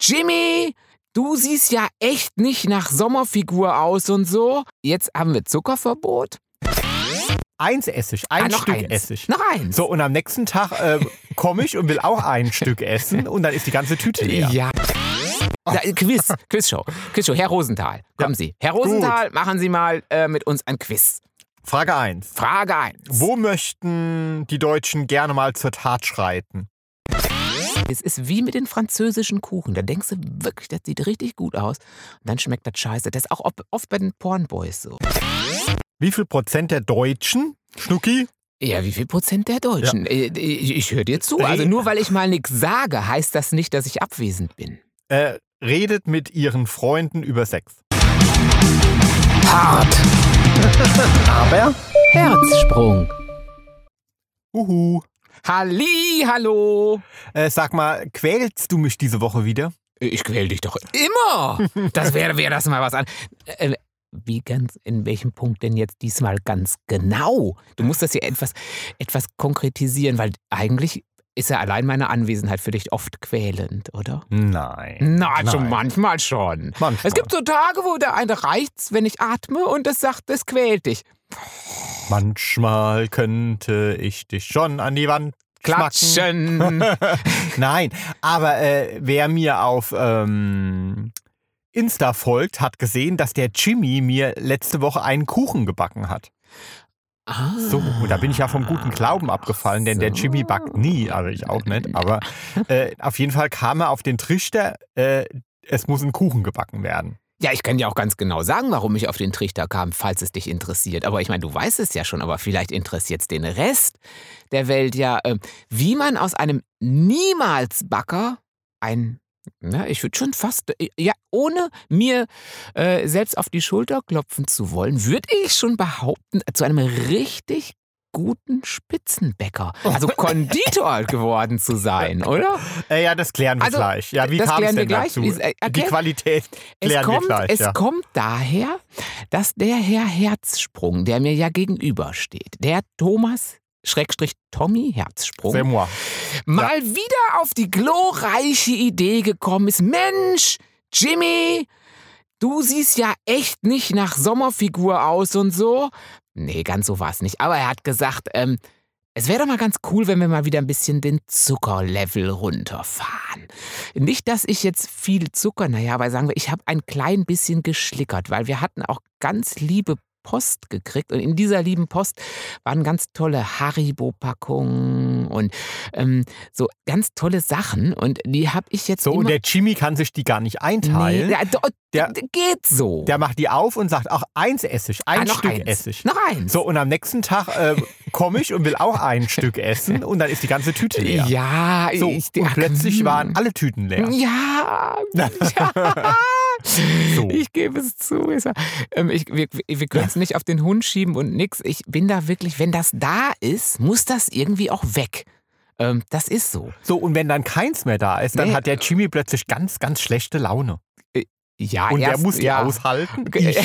Jimmy, du siehst ja echt nicht nach Sommerfigur aus und so. Jetzt haben wir Zuckerverbot. Eins Essig, ein Ah, noch Stück eins. Essig. Noch eins. So, und am nächsten Tag äh, komme ich und will auch ein Stück essen und dann ist die ganze Tüte leer. Ja. Da, Quiz, Quizshow. Quizshow, Herr Rosenthal, kommen Sie. Herr Rosenthal, machen Sie mal äh, mit uns ein Quiz. Frage 1. Frage 1. Wo möchten die Deutschen gerne mal zur Tat schreiten? Es ist wie mit den französischen Kuchen. Da denkst du wirklich, das sieht richtig gut aus. Und dann schmeckt das scheiße. Das ist auch ob- oft bei den Pornboys so. Wie viel Prozent der Deutschen, Schnucki, Ja, wie viel Prozent der Deutschen? Äh, Ich, ich höre dir zu. Nee. Also nur weil ich mal nichts sage, heißt das nicht, dass ich abwesend bin. äh, redet mit ihren Freunden über Sex? Hart. Aber? Herzsprung. Uhu. Halli, hallo. Äh, sag mal, quälst du mich diese Woche wieder? Ich quäl dich doch immer. Das wäre wär das mal was an. Äh, Wie ganz, in welchem Punkt denn jetzt diesmal ganz genau? Du musst das hier etwas, etwas konkretisieren, weil eigentlich ist ja allein meine Anwesenheit für dich oft quälend, oder? Nein. Na, also Nein. manchmal schon. Manchmal. Es gibt so Tage, wo der eine reicht's, wenn ich atme und das sagt, es quält dich. Manchmal könnte ich dich schon an die Wand schmacken. Klatschen. Nein, aber äh, wer mir auf ähm, Insta folgt, hat gesehen, dass der Jimmy mir letzte Woche einen Kuchen gebacken hat. Ah. So, und da bin ich ja vom guten Glauben abgefallen, denn der Jimmy backt nie, also ich auch nicht. Aber äh, auf jeden Fall kam er auf den Trichter, äh, es muss ein Kuchen gebacken werden. Ja, ich kann dir auch ganz genau sagen, warum ich auf den Trichter kam, falls es dich interessiert. Aber ich meine, du weißt es ja schon, aber vielleicht interessiert es den Rest der Welt ja, ähm, wie man aus einem Niemalsbacker ein, na, ich würde schon fast, äh, ja, ohne mir äh, selbst auf die Schulter klopfen zu wollen, würde ich schon behaupten, zu einem richtig guten Spitzenbäcker, also Konditor geworden zu sein, oder? Äh, ja, das klären wir Also, gleich. Ja, wie das kam es klären wir denn gleich. dazu? Wie es- äh, Die erklärt- Qualität Es klären kommt, wir gleich. es ja. kommt daher, dass der Herr Herzsprung, der mir ja gegenübersteht, der Thomas Schrägstrich Tommy C'est Herzsprung, moi. mal wieder auf die glorreiche Idee gekommen ist. Mensch, Jimmy, du siehst ja echt nicht nach Sommerfigur aus und so. Nee, ganz so war es nicht. Aber er hat gesagt, ähm, es wäre doch mal ganz cool, wenn wir mal wieder ein bisschen den Zuckerlevel runterfahren. Nicht, dass ich jetzt viel Zucker, naja, aber sagen wir, ich habe ein klein bisschen geschlickert, weil wir hatten auch ganz liebe Post gekriegt und in dieser lieben Post waren ganz tolle Haribo-Packungen und ähm, so ganz tolle Sachen und die habe ich jetzt So, immer... und der Jimmy kann sich die gar nicht einteilen. Nee, da- Der- da- geht so. Der macht die auf und sagt, auch eins Essig, Ah, ein noch Stück eins. Essig. Noch eins. So, und am nächsten Tag äh, komme ich und will auch ein Stück essen und dann ist die ganze Tüte leer. Ja, so, ich, und ach, plötzlich hm. waren alle Tüten leer. Ja, ja. So. Ich gebe es zu. Es war- ähm, Ich, wir wir können es nicht auf den Hund schieben und nix. Ich bin da wirklich, wenn das da ist, muss das irgendwie auch weg. Ähm, das ist so. So, und wenn dann keins mehr da ist, dann Nee. hat der Jimmy plötzlich ganz, ganz schlechte Laune. Ja, Und der Ah, erst- muss die ja. aushalten. Ge- Ich.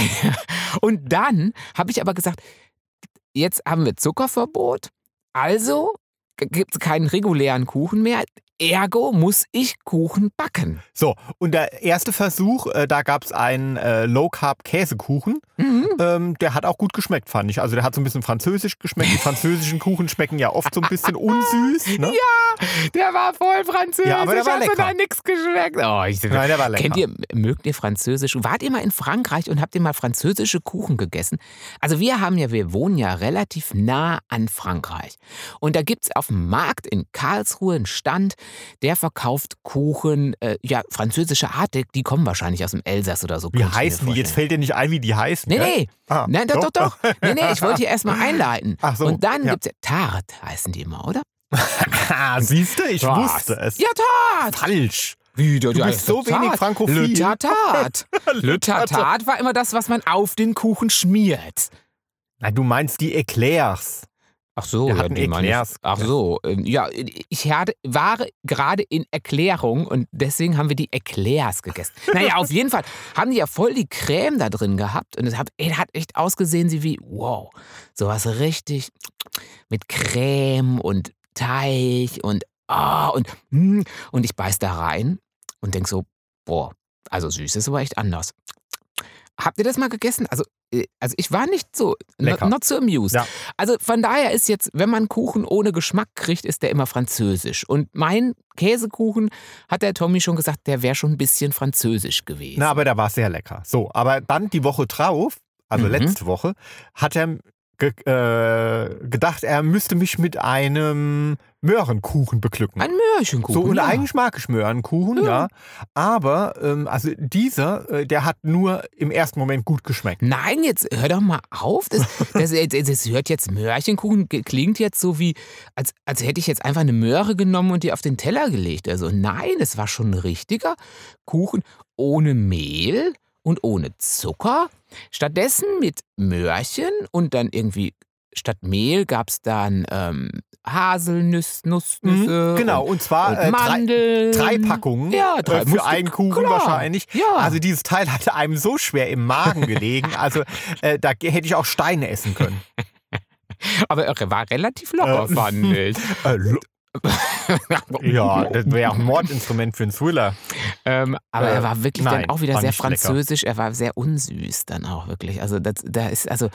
Und dann habe ich aber gesagt, jetzt haben wir Zuckerverbot, also gibt es keinen regulären Kuchen mehr. Ergo muss ich Kuchen backen. So, und der erste Versuch, äh, da gab es einen äh, Low-Carb-Käsekuchen. Mhm. Ähm, der hat auch gut geschmeckt, fand ich. Also der hat so ein bisschen französisch geschmeckt. Die französischen Kuchen schmecken ja oft so ein bisschen unsüß. Ne? Der war voll französisch, Ja, aber der war hat mir lecker. da nichts geschmeckt. Oh, ich, Nein, der war lecker. Kennt ihr, mögt ihr französisch? Wart ihr mal in Frankreich und habt ihr mal französische Kuchen gegessen? Also wir haben ja, wir wohnen ja relativ nah an Frankreich. Und da gibt es auf dem Markt in Karlsruhe einen Stand, der verkauft Kuchen, äh, ja, französische Art, die- die kommen wahrscheinlich aus dem Elsass oder so. Wie könnte ich mir heißen die? Jetzt vorstellen. fällt dir nicht ein, wie die heißen. Nee, gell? nee. Ah, Nein, doch, doch, doch. Nee, nee, ich wollte hier erstmal einleiten. Ach so, und dann ja. gibt's gibt es Tarte, heißen die immer, oder? Ah, siehst du, ich Was? wusste es. Ja, Tarte! Falsch. Wie, du, Du bist so wenig frankophil. Le Tatat. Le Tatat war immer das, was man auf den Kuchen schmiert. Na, du meinst die Eclairs. Ach so, Wir hatten die meine ich- Eclairs. Ach so, ähm, ja, ich hatte, war gerade in Erklärung und deswegen haben wir die Eclairs gegessen. Naja, auf jeden Fall haben die ja voll die Creme da drin gehabt und es hat, ey, hat echt ausgesehen sie wie, wow, sowas richtig mit Creme und hm, Teig und, ah, und, mm, und ich beiß da rein und denk so, Boah, also süß ist aber echt anders. Habt ihr das mal gegessen? Also, äh, also ich war nicht so, no- Lecker. not so amused. Ja. Also von daher ist jetzt, wenn man Kuchen ohne Geschmack kriegt, ist der immer französisch. Und mein Käsekuchen, hat der Tommy schon gesagt, der wäre schon ein bisschen französisch gewesen. Na, aber da war es sehr lecker. So, aber dann die Woche drauf, also Mhm. letzte Woche, hat er ge äh, gedacht, er müsste mich mit einem Möhrenkuchen beglücken. Ein Möhrchenkuchen. so, und ja. eigentlich mag ich Möhrenkuchen, ja. Aber, ähm, also dieser, äh, der hat nur im ersten Moment gut geschmeckt. Nein, jetzt hör doch mal auf. Das, das, das, das hört jetzt Möhrchenkuchen, ge- klingt jetzt so wie, als, als hätte ich jetzt einfach eine Möhre genommen und die auf den Teller gelegt. Also nein, es war schon ein richtiger Kuchen ohne Mehl und ohne Zucker. Stattdessen mit Möhrchen und dann irgendwie statt Mehl gab es dann ähm, Haselnüsse, Nussnüsse. Mhm, genau, Und, und zwar und äh, drei, Mandeln. drei Packungen Ähm, Ja, drei äh, für musste- einen Kuchen klar. wahrscheinlich. Ja. Also dieses Teil hatte einem so schwer im Magen gelegen, also äh, da hätte ich auch Steine essen können. Aber er war relativ locker, Äh, fand ich. Äh, lo- ja, das wäre auch ein Mordinstrument für einen Thriller. Ähm, aber Äh, er war wirklich nein, dann auch wieder war sehr nicht lecker. französisch, er war sehr unsüß dann auch wirklich. Also das, da ist, also,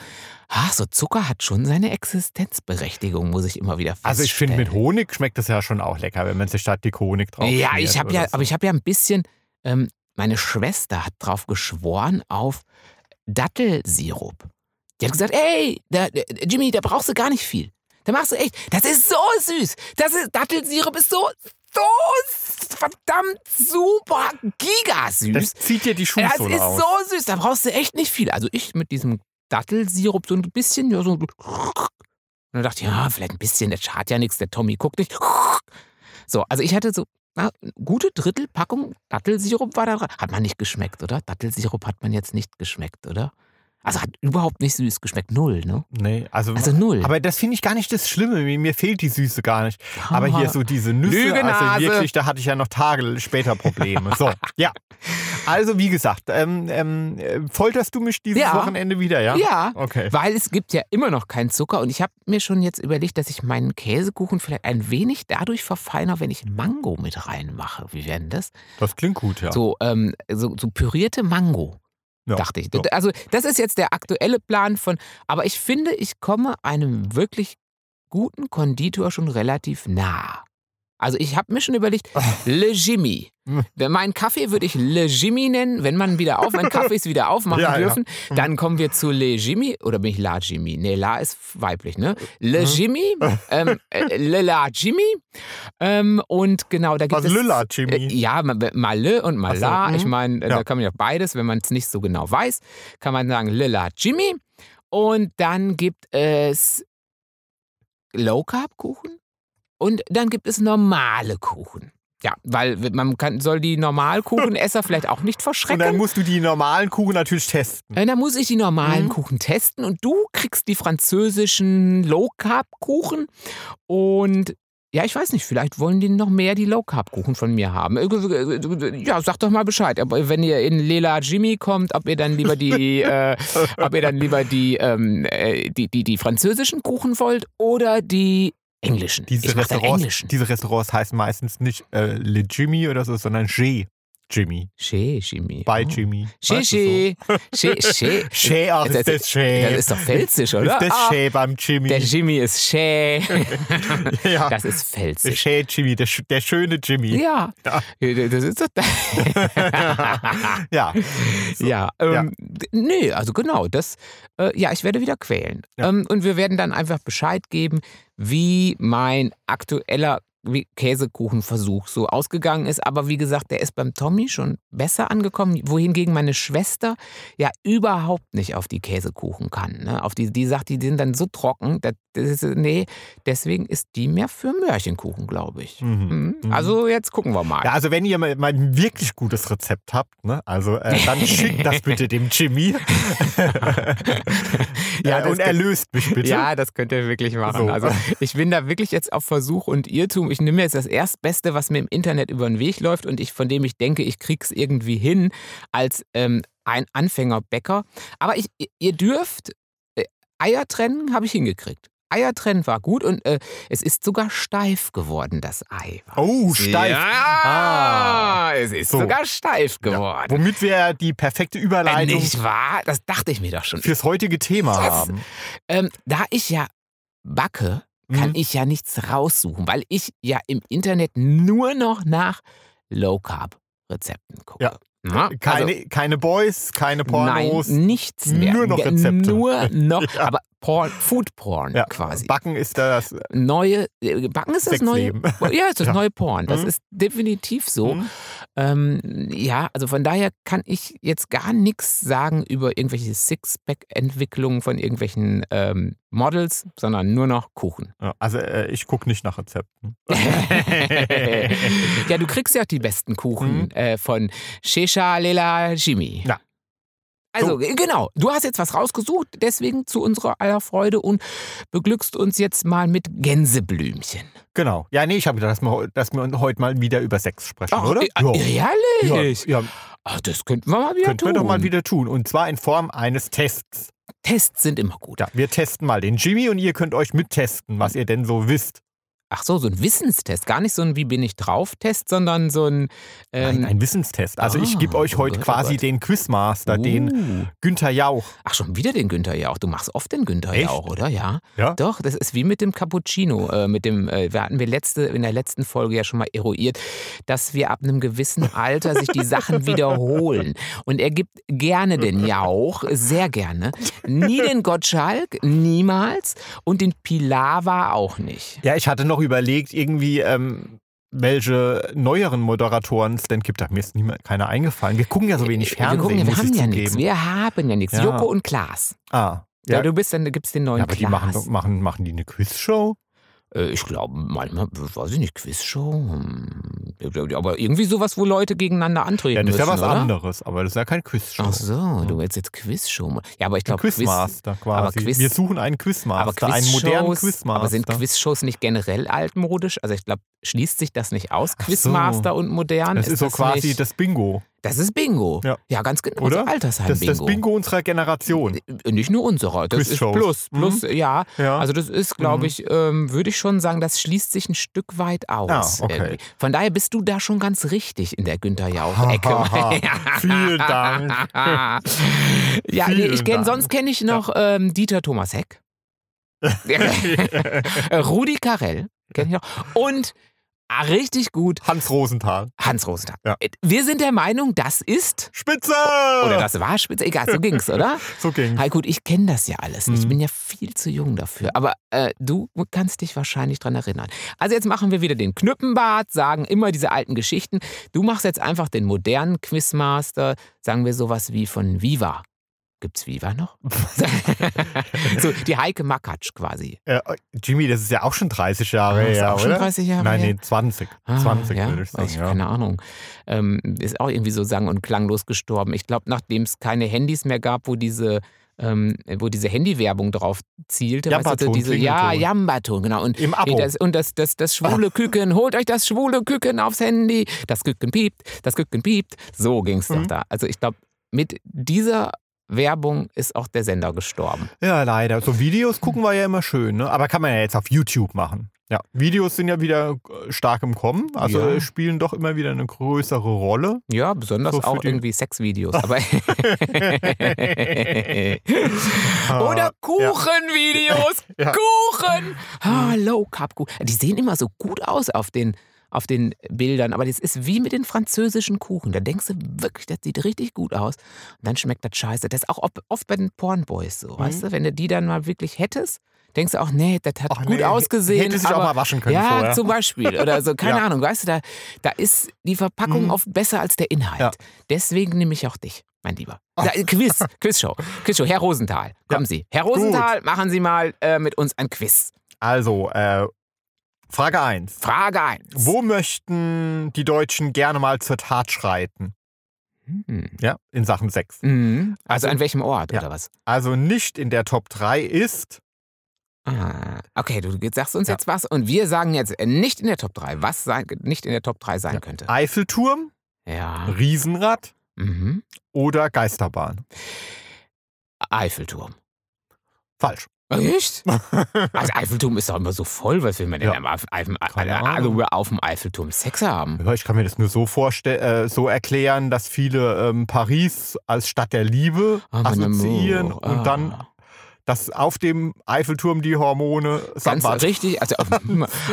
ach, so Zucker hat schon seine Existenzberechtigung, muss ich immer wieder feststellen. Also ich finde, mit Honig schmeckt das ja schon auch lecker, wenn man sich statt die Honig drauf Ja, ich schmiert habe oder ja, so. aber ich habe ja ein bisschen, ähm, meine Schwester hat drauf geschworen auf Dattelsirup. Die hat gesagt, ey, da, da- Jimmy, da brauchst du gar nicht viel. Da machst du echt, das ist so süß. Das ist, Dattelsirup ist so, so verdammt super gigasüß. Das zieht dir die Das Schuhsohle ist aus. so süß, da brauchst du echt nicht viel. Also ich mit diesem Dattelsirup so ein bisschen, ja, so. Und dann dachte ich, ja, vielleicht ein bisschen, das schadet ja nichts, der Tommy guckt nicht. So, also ich hatte so na, eine gute Drittelpackung Dattelsirup war da dran. Hat man nicht geschmeckt, oder? Dattelsirup hat man jetzt nicht geschmeckt, oder? Also hat überhaupt nicht süß geschmeckt. Null, ne? nee, also, Also null. aber das finde ich gar nicht das Schlimme. Mir, mir fehlt die Süße gar nicht. Aber hier so diese Nüsse, also Lügenase. wirklich, da hatte ich ja noch Tage später Probleme. So, ja. Also wie gesagt, ähm, ähm, äh, folterst du mich dieses Ja. Wochenende wieder, ja? Ja. Okay. Weil es gibt ja immer noch keinen Zucker und ich habe mir schon jetzt überlegt, dass ich meinen Käsekuchen vielleicht ein wenig dadurch verfeinere, wenn ich Mango mit reinmache. Wie wäre denn das? Das klingt gut, ja. So, ähm, so, so pürierte Mango, ja. dachte ich. ja. Also das ist jetzt der aktuelle Plan von, aber ich finde, ich komme einem wirklich guten Konditor schon relativ nah. Also ich habe mir schon überlegt, Le Jimmy. Hm. Denn Meinen Kaffee würde ich Le Jimmy nennen, wenn man wieder auf, wenn Kaffees wieder aufmachen Ja, Mhm. ja. dürfen. Dann kommen wir zu Le Jimmy oder bin ich La Jimmy? Nee, La ist weiblich, ne? Le Hm. Jimmy, ähm, äh, Le La Jimmy. Ähm, und genau, da gibt Also es Lilla, äh, Jimmy. Ja, ma- mal Le und mal Ach so, La. mhm. Ich meine, äh, Ja. da kann man ja beides, wenn man es nicht so genau weiß, kann man sagen Lilla Jimmy. Und dann gibt es Low Carb Kuchen und dann gibt es normale Kuchen. Ja, weil man kann, soll die Normalkuchenesser vielleicht auch nicht Und dann verschrecken. musst du die normalen Kuchen natürlich testen. Äh, Dann muss ich die normalen Mhm. Kuchen testen und du kriegst die französischen Low Carb Kuchen und ja, ich weiß nicht, vielleicht wollen die noch mehr die Low Carb Kuchen von mir haben. Äh, Ja, sag doch mal Bescheid, ob, wenn ihr in Lela Jimmy kommt, ob ihr dann lieber die, äh, ob ihr dann lieber die, ähm, äh, die, die, die französischen Kuchen wollt oder die englischen. ich Diese mach dann Restaurants, englischen. diese Restaurants heißen meistens nicht äh, Le Jimmy oder so, sondern G. Jimmy. Chez Jimmy. Bei Oh. Jimmy. Chez, Weißt du chez, chez, chez. so? Che, ach, Das- ist das Che. Das ist doch felsisch, oder? Ist das Ah, Che beim Jimmy? Der Jimmy ist schä. ja. Das ist Der felsisch. Che Jimmy, der, sch- der schöne Jimmy. Ja. Ja. das ist doch. ja. ja, ähm, d- nee, also genau, das, äh, ja, ich werde wieder quälen. Ja. Ähm, und wir werden dann einfach Bescheid geben, wie mein aktueller wie- Käsekuchenversuch so ausgegangen ist. Aber wie gesagt, der ist beim Tommy schon besser angekommen, wohingegen meine Schwester ja überhaupt nicht auf die Käsekuchen kann. Ne? Auf die, die sagt, die sind dann so trocken, das, das ist, nee, deswegen ist die mehr für Möhrchenkuchen, glaube ich. Mhm. Mhm. Mhm. Also jetzt gucken wir mal. Ja, also wenn ihr mal, mal ein wirklich gutes Rezept habt, ne, also äh, dann schickt das bitte dem Jimmy Ja, äh, das und erlöst mich bitte. Ja, das könnt ihr wirklich machen. So. Also ich bin da wirklich jetzt auf Versuch und Irrtum. Ich nehme jetzt das Erstbeste, was mir im Internet über den Weg läuft und ich, von dem ich denke, ich krieg's irgendwie hin als ähm, ein Anfängerbäcker. Aber ich, ihr dürft, äh, Eier trennen habe ich hingekriegt. Eier trennen war gut und äh, es ist sogar steif geworden, das Ei. Oh, steif. Ja, Ah. es ist So. sogar steif Ja. geworden. Womit wir die perfekte Äh, Überleitung Nicht wahr? Das dachte ich mir doch schon. fürs heutige Thema Was? haben. Ähm, da ich ja backe, kann Mhm. ich ja nichts raussuchen, weil ich ja im Internet nur noch nach Low Carb Rezepten gucke. Ja. äh, Na, also Keine, keine Boys, keine Pornos. Nein, nichts mehr. nur noch Ge- Rezepte. Nur noch, aber Porn, Food Porn Ja, quasi. Backen ist das Neue, äh, Backen ist das neue. Sexleben. Ja, ist das Ja. neue Porn. Das Mhm. ist definitiv so. Mhm. Ähm, ja, also von daher kann ich jetzt gar nichts sagen über irgendwelche Sixpack-Entwicklungen von irgendwelchen ähm, Models, sondern nur noch Kuchen. Ja, Also äh, ich gucke nicht nach ne? Rezepten. ja, du kriegst ja auch die besten Kuchen Mhm. äh, von Shesha Lela Jimmy. Ja. Also, g- genau, du hast jetzt was rausgesucht, deswegen zu unserer aller Freude und beglückst uns jetzt mal mit Gänseblümchen. genau. Ja, nee, ich habe gedacht, dass wir, heu- dass wir heute mal wieder über Sex sprechen, oder? äh, ja, herrlich! ja, Ach, das könnten wir mal wieder könnten tun. wir doch mal wieder tun. Und zwar in Form eines Tests. Tests sind immer gut. Ja, wir testen mal den Jimmy und ihr könnt euch mittesten, was ihr denn so wisst. Ach so, so ein Wissenstest. Gar nicht so ein Wie bin ich drauf-Test, sondern so ein. Ähm, Nein, ein Wissenstest. Also ich ah, gebe euch oh heute Gott, oh quasi Gott. den Quizmaster, den Uh. Günther Jauch. Ach, schon wieder den Günther Jauch. Du machst oft den Günther Echt? Jauch, oder? Ja. Ja? Doch, das ist wie mit dem Cappuccino. Äh, mit dem, äh, wir hatten wir letzte, in der letzten Folge ja schon mal eruiert, dass wir ab einem gewissen Alter sich die Sachen wiederholen. Und er gibt gerne den Jauch, sehr gerne. Nie den Gottschalk, niemals. Und den Pilawa auch nicht. Ja, ich hatte noch überlegt, irgendwie, ähm, welche neueren Moderatoren es denn gibt. Da mir ist niemand, keiner eingefallen. Wir gucken ja so wenig wir, Fernsehen, gucken, wir muss haben ich ja nichts. zugeben. Wir haben ja nichts. Ja. Joko und Klaas. Ah, Ja, ja. du bist dann, da gibt's den neuen ja aber die Klaas. machen, doch- machen, machen die eine Quizshow? Äh, Ich glaube, manchmal, weiß ich nicht, Quizshow. hm, Aber irgendwie sowas, wo Leute gegeneinander antreten Ja, das ist müssen, ja was oder? anderes, aber das ist ja kein Quizshow. Ach so, du willst jetzt Quizshow. machen. Ja, aber ich Ein glaube, Quiz, Quizmaster quasi. aber Quiz- wir suchen einen Quizmaster, aber einen modernen Quizshows- Quizmaster. aber sind Quizshows nicht generell altmodisch? Also ich glaube, schließt sich das nicht aus, Ach so. Quizmaster und modern? das ist, so quasi nicht- das Bingo, Das ist Bingo. Ja. ganz genau. Oder? So Altersheim das ist Bingo. Äh, das Bingo unserer Generation. Nicht nur unserer. Das ist Quizshows. Mhm. plus, plus, ja. Ja. Also das ist, glaube Mhm. ich, ähm, würde ich schon sagen, das schließt sich ein Stück weit aus. Ah, okay. irgendwie. Von daher bist du da schon ganz richtig in der Günther Jauch-Ecke. Ha, ha, ha. Vielen Dank. ja, nee, ich Vielen kenn, Dank. sonst kenne ich noch ähm, Dieter Thomas Heck, Rudi Carell kenne ich noch und ah, richtig gut Hans Rosenthal. Hans Rosenthal. Ja. Wir sind der Meinung, das ist Spitze! oder das war Spitze, egal, so ging's, oder? so ging. Hi, gut, ich kenne das ja alles. Ich Mhm. bin ja viel zu jung dafür. Aber äh, du kannst dich wahrscheinlich dran erinnern. Also jetzt machen wir wieder den Knüppenbart, sagen immer diese alten Geschichten. Du machst jetzt einfach den modernen Quizmaster, sagen wir sowas wie von Viva. Gibt's Viva noch? so, die Heike Makatsch quasi. Äh, Jimmy, das ist ja auch schon 30 Jahre ist her, auch schon oder? 30 Jahre Nein, her. nee, 20. Ah, 20 ja? würde ich sagen, Ich- ja. Keine Ahnung. Ähm, ist auch irgendwie so sang- und klanglos gestorben. Ich glaube, nachdem es keine Handys mehr gab, wo diese, ähm, wo diese Handywerbung drauf zielte, Jambaton, so diese, ja, Klingelton. Jambaton, genau. Und, Im Abo. das, und das, das, das schwule Küken, holt euch das schwule Küken aufs Handy. Das Küken piept, das Küken piept. So ging es doch Mhm. da. Also ich glaube, mit dieser Werbung ist auch der Sender gestorben. Ja, leider. So Videos gucken wir ja immer schön, ne? Aber kann man ja jetzt auf YouTube machen. Ja, Videos sind ja wieder äh, stark im Kommen, also Ja. äh, spielen doch immer wieder eine größere Rolle. Ja, besonders So für auch die- irgendwie Sexvideos. Aber Ah, Oder Kuchenvideos. Ja. Kuchen. Ah, Low Carb Kuchen. Die sehen immer so gut aus auf den, auf den Bildern, aber das ist wie mit den französischen Kuchen. Da denkst du wirklich, das sieht richtig gut aus. Und dann schmeckt das scheiße. Das ist auch ob- oft bei den Pornboys so, weißt du? Wenn du die dann mal wirklich hättest, denkst du auch, nee, das hat Mhm. Ach, gut nee, ausgesehen. hätte sich auch aber mal waschen können Ja, vorher. zum Beispiel. Oder so, keine Ja. Ahnung. Weißt du, da, da ist die Verpackung Mhm. oft besser als der Inhalt. Ja. Deswegen nehme ich auch dich, mein Lieber. Da, äh, Quiz, Quizshow. Quizshow. Herr Rosenthal, kommen Sie. Herr Rosenthal, machen Sie mal äh, mit uns ein Quiz. Also, äh, Frage 1. Frage 1. Wo möchten die Deutschen gerne mal zur Tat schreiten? Hm. Ja, in Sachen Sex. Mhm. Also, Also- an welchem Ort Ja. oder was? Also nicht in der Top 3 ist Ah, okay, du sagst uns Ja. jetzt was und wir sagen jetzt äh, nicht in der Top 3, was sein, nicht in der Top 3 sein Ah. könnte. Eiffelturm, Ja. Riesenrad Mhm. oder Geisterbahn. Eiffelturm. Falsch. Echt? Also Eiffelturm ist doch immer so voll, was will man denn Ja. am Eif- Eif- Keine also Ahnung. auf dem Eiffelturm Sex haben? Ja, ich kann mir das nur so vorstellen, äh, so erklären, dass viele ähm, Paris als Stadt der Liebe Ah, mein assoziieren Amour. Ah. und dann, dass auf dem Eiffelturm die Hormone Ganz Samba- richtig, also,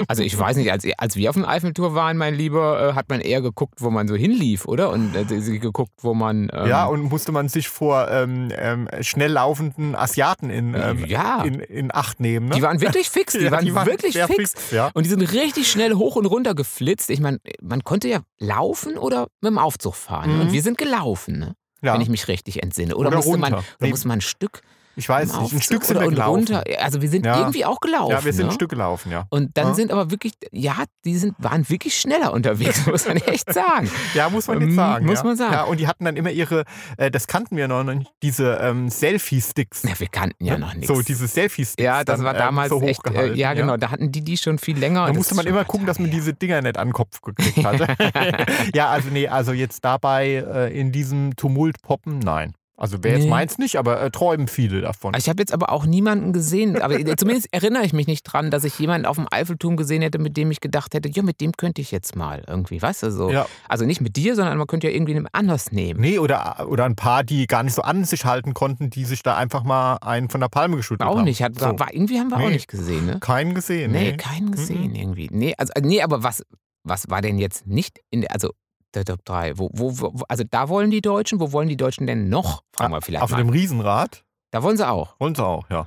also ich weiß nicht, als, als wir auf dem Eiffelturm waren, mein Lieber, äh, hat man eher geguckt, wo man so hinlief, oder? Und äh, sie geguckt, wo man... Ähm, Ja, und musste man sich vor ähm, ähm, schnell laufenden Asiaten in, ähm, Ja. in, in Acht nehmen. Ne? Die waren wirklich fix, die, Ja, waren, die waren wirklich sehr fix. fix, ja. Und die sind richtig schnell hoch und runter geflitzt. Ich meine, man konnte ja laufen oder mit dem Aufzug fahren. ne? Mhm. Und wir sind gelaufen, ne? ja. wenn ich ich, mich richtig entsinne. Oder, Oder musste, man, runter. oder Nee. musste man ein Stück weiß im nicht, Aufzug ein Stück sind oder wir und gelaufen. runter. Also wir sind Ja. irgendwie auch gelaufen. Ja, wir sind ne? ein Stück gelaufen, ja. Und dann Ja. sind aber wirklich, ja, die sind, waren wirklich schneller unterwegs, muss man echt sagen. Ja, muss man Ähm, jetzt sagen. muss ja. man sagen. Ja, und die hatten dann immer ihre, äh, das kannten wir noch nicht, diese ähm, Selfie-Sticks. Ne? Na, wir kannten ja noch nichts. So, diese Selfie-Sticks. ja, das dann, war ähm, damals so echt, äh, hochgehalten, ja genau, da hatten die die schon viel länger. und Da Ah, das musste ist man schon immer ein paar gucken, dass man Tage diese Dinger nicht an den Kopf gekriegt hat. ja, also nee, also jetzt dabei äh, in diesem Tumult poppen, nein. Also wäre jetzt Nee. meins nicht, aber äh, träumen viele davon. Also Ich habe jetzt aber auch niemanden gesehen, aber zumindest erinnere ich mich nicht dran, dass ich jemanden auf dem Eiffelturm gesehen hätte, mit dem ich gedacht hätte, ja, mit dem könnte ich jetzt mal irgendwie, weißt du so. Ja. Also nicht mit dir, sondern man könnte ja irgendwie jemand anders nehmen. Nee, oder, oder ein paar, die gar nicht so an sich halten konnten, die sich da einfach mal einen von der Palme geschüttelt haben. Auch nicht, hat, genau. So. war, irgendwie haben wir auch Nee. nicht gesehen, ne? Keinen gesehen. Nee, Äh, Nee, Mhm. keinen gesehen irgendwie. Nee, also, nee, aber was, was war denn jetzt nicht in der, also der Top 3? Wo, wo, wo, also da wollen die Deutschen, wo wollen die Deutschen denn noch? Fragen wir vielleicht Auf mal. dem Riesenrad. Da wollen sie auch. Uns auch, ja.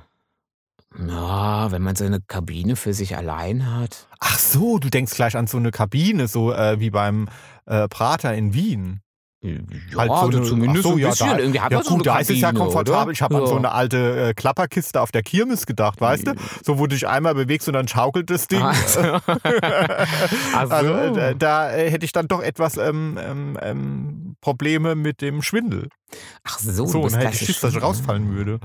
Na, wenn man so eine Kabine für sich allein hat. Ach so, du denkst gleich an so eine Kabine, so äh, wie beim äh, Prater in Wien. Ja, Halt so also eine- zumindest ach so, ein ja, bisschen. da- Irgendwie hat ja man gut, so eine da Kabine, ist es ja komfortabel. Oder? Ich habe ja. Mhm. an so eine alte äh, Klapperkiste auf der Kirmes gedacht, weißt du? So, wo du dich einmal bewegst und dann schaukelt das Ding. Also, Ach so. also äh, da äh, hätte ich dann doch etwas ähm, ähm, ähm, Probleme mit dem Schwindel. Ach so, du So, und bist dann hätte ich Schiss, dass ich klassisch- rausfallen würde.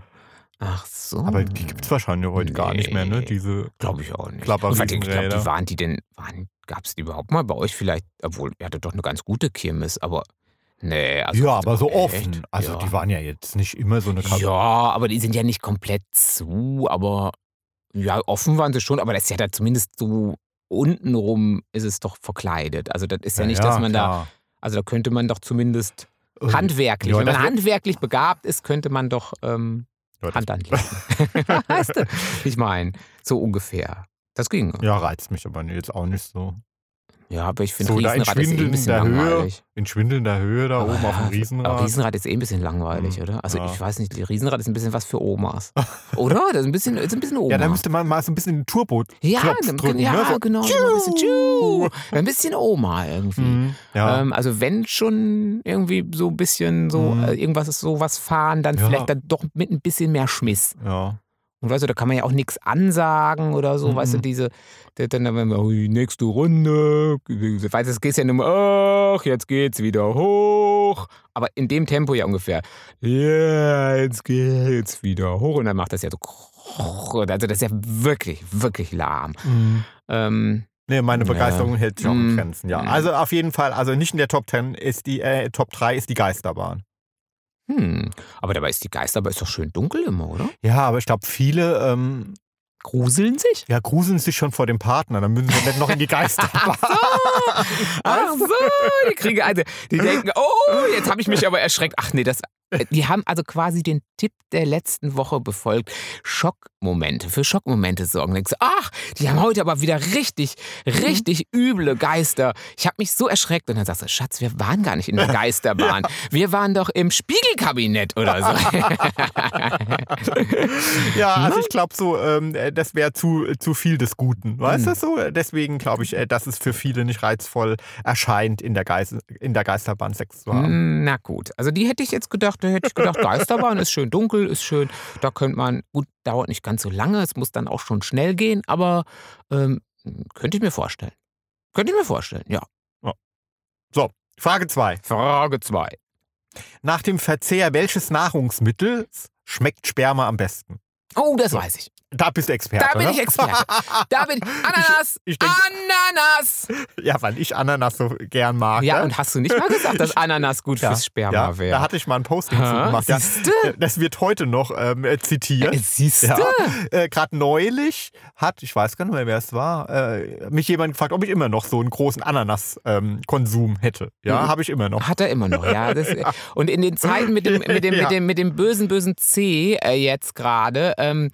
Ach so. Aber die gibt es wahrscheinlich heute gar nicht mehr, ne? Oh. Nee. Diese. Glaube ich auch nicht. Klapper- Und ich glaube, die Riesenräder. waren die denn, waren, gab es die überhaupt mal bei euch vielleicht? Obwohl, ihr hattet doch eine ganz gute Kirmes, aber nee. Also ja, aber so echt? offen. Also ja. die waren ja jetzt nicht immer so eine Kabine. Ja, aber die sind ja nicht komplett zu, aber ja, offen waren sie schon, aber das ist ja da zumindest so untenrum ist es doch verkleidet. Also das ist ja, nicht, dass man da, also da könnte man doch zumindest da handwerklich, Äh, ja, wenn man das- handwerklich begabt ist, könnte man doch ähm, Ja, das, Hand anlegen. weißt du? Ich meine, so ungefähr. Das ging. ja, reizt mich aber jetzt auch nicht so. Ja, aber ich finde So, da in Riesenrad ist eh ein schwindelnder bisschen Höhe, langweilig. In schwindelnder Höhe da Aber oben ja, auf dem Aber Riesenrad. Riesenrad ist eh ein bisschen langweilig, Hm, oder? Also ja. ich weiß nicht, die Riesenrad ist ein bisschen was für Omas. Oder? Das ist ein bisschen, ist ein bisschen Oma. ja, da müsste man mal so ein bisschen den Turbo ja, Knopf dann- drücken. ja ne? so, genau. so Ein bisschen, tschu, Tschu. ein bisschen Oma irgendwie. Mhm, ja. Ähm, also wenn schon irgendwie so ein bisschen so, Mhm. äh, irgendwas ist sowas fahren, dann Ja. vielleicht dann doch mit ein bisschen mehr Schmiss. ja. Und weißt du, da kann man ja auch nichts ansagen oder so, Mhm. weißt du, diese, da- dann wenn wir, "Ui, nächste Runde, weißt du, es geht ja nur, mal, ach, jetzt geht's wieder hoch. Aber in dem Tempo ja ungefähr, ja, jetzt geht's wieder hoch. Und dann macht das ja so, krrrr. also das ist ja wirklich, wirklich lahm. Mhm. Ähm, Nee, meine Ja. Begeisterung hält sich auch in Mhm. Grenzen, ja. Mhm. Also auf jeden Fall, also nicht in der Top 10 ist die, äh, Top 3 ist die Geisterbahn. hm, aber dabei ist die Geister, aber ist doch schön dunkel immer, oder? Ja, aber ich glaube, viele ähm, Gruseln sich? ja, gruseln sich schon vor dem Partner, dann müssen sie nicht noch in die Geisterbahn. Ach so, die kriegen also, die denken, oh, jetzt habe ich mich aber erschreckt. Ach nee, das, die haben also quasi den Tipp der letzten Woche befolgt. Schockmomente, für Schockmomente sorgen. Denkst du, ach, die haben heute aber wieder richtig, richtig üble Geister. Ich habe mich so erschreckt und dann sagst du, Schatz, wir waren gar nicht in der Geisterbahn. Wir waren doch im Spiegelkabinett oder so. Ja, also ich glaube so, ähm, äh, das wäre zu, zu viel des Guten. Weißt du so? Deswegen glaube ich, äh, dass es für viele nicht reizvoll erscheint, in der, Geis in der Geisterbahn Sex zu haben. Mm, Na gut, also die hätte ich jetzt gedacht, da hätte ich gedacht, Geisterbahn ist schön dunkel, ist schön, da könnte man, gut, dauert nicht ganz so lange, es muss dann auch schon schnell gehen, aber ähm, könnte ich mir vorstellen. Könnte ich mir vorstellen, ja. Frage 2. Frage 2. Nach dem Verzehr welches Nahrungsmittels schmeckt Sperma am besten? Oh, das weiß ich. Da bist du Experte. Da bin ne? ich Experte. Da bin Ananas, Ich- ich denk- Ananas. Ja, weil ich Ananas so gern mag. Ja, ne? und hast du nicht mal gesagt, dass Ananas gut fürs Sperma ja, wäre? Da hatte ich mal ein Posting zu Hä? gemacht. Ja, Äh, Siehste? das wird heute noch ähm, äh, zitiert. Äh, siehste? Ja. Äh, Gerade neulich hat, ich weiß gar nicht mehr, wer es war, äh, mich jemand gefragt, ob ich immer noch so einen großen Ananas-Konsum hätte. Ja, Mhm. habe ich immer noch. Hat er immer noch, ja. Das, äh, Und in den Zeiten mit dem, mit dem, Ja. mit dem, mit dem bösen, bösen C äh, jetzt gerade, ähm,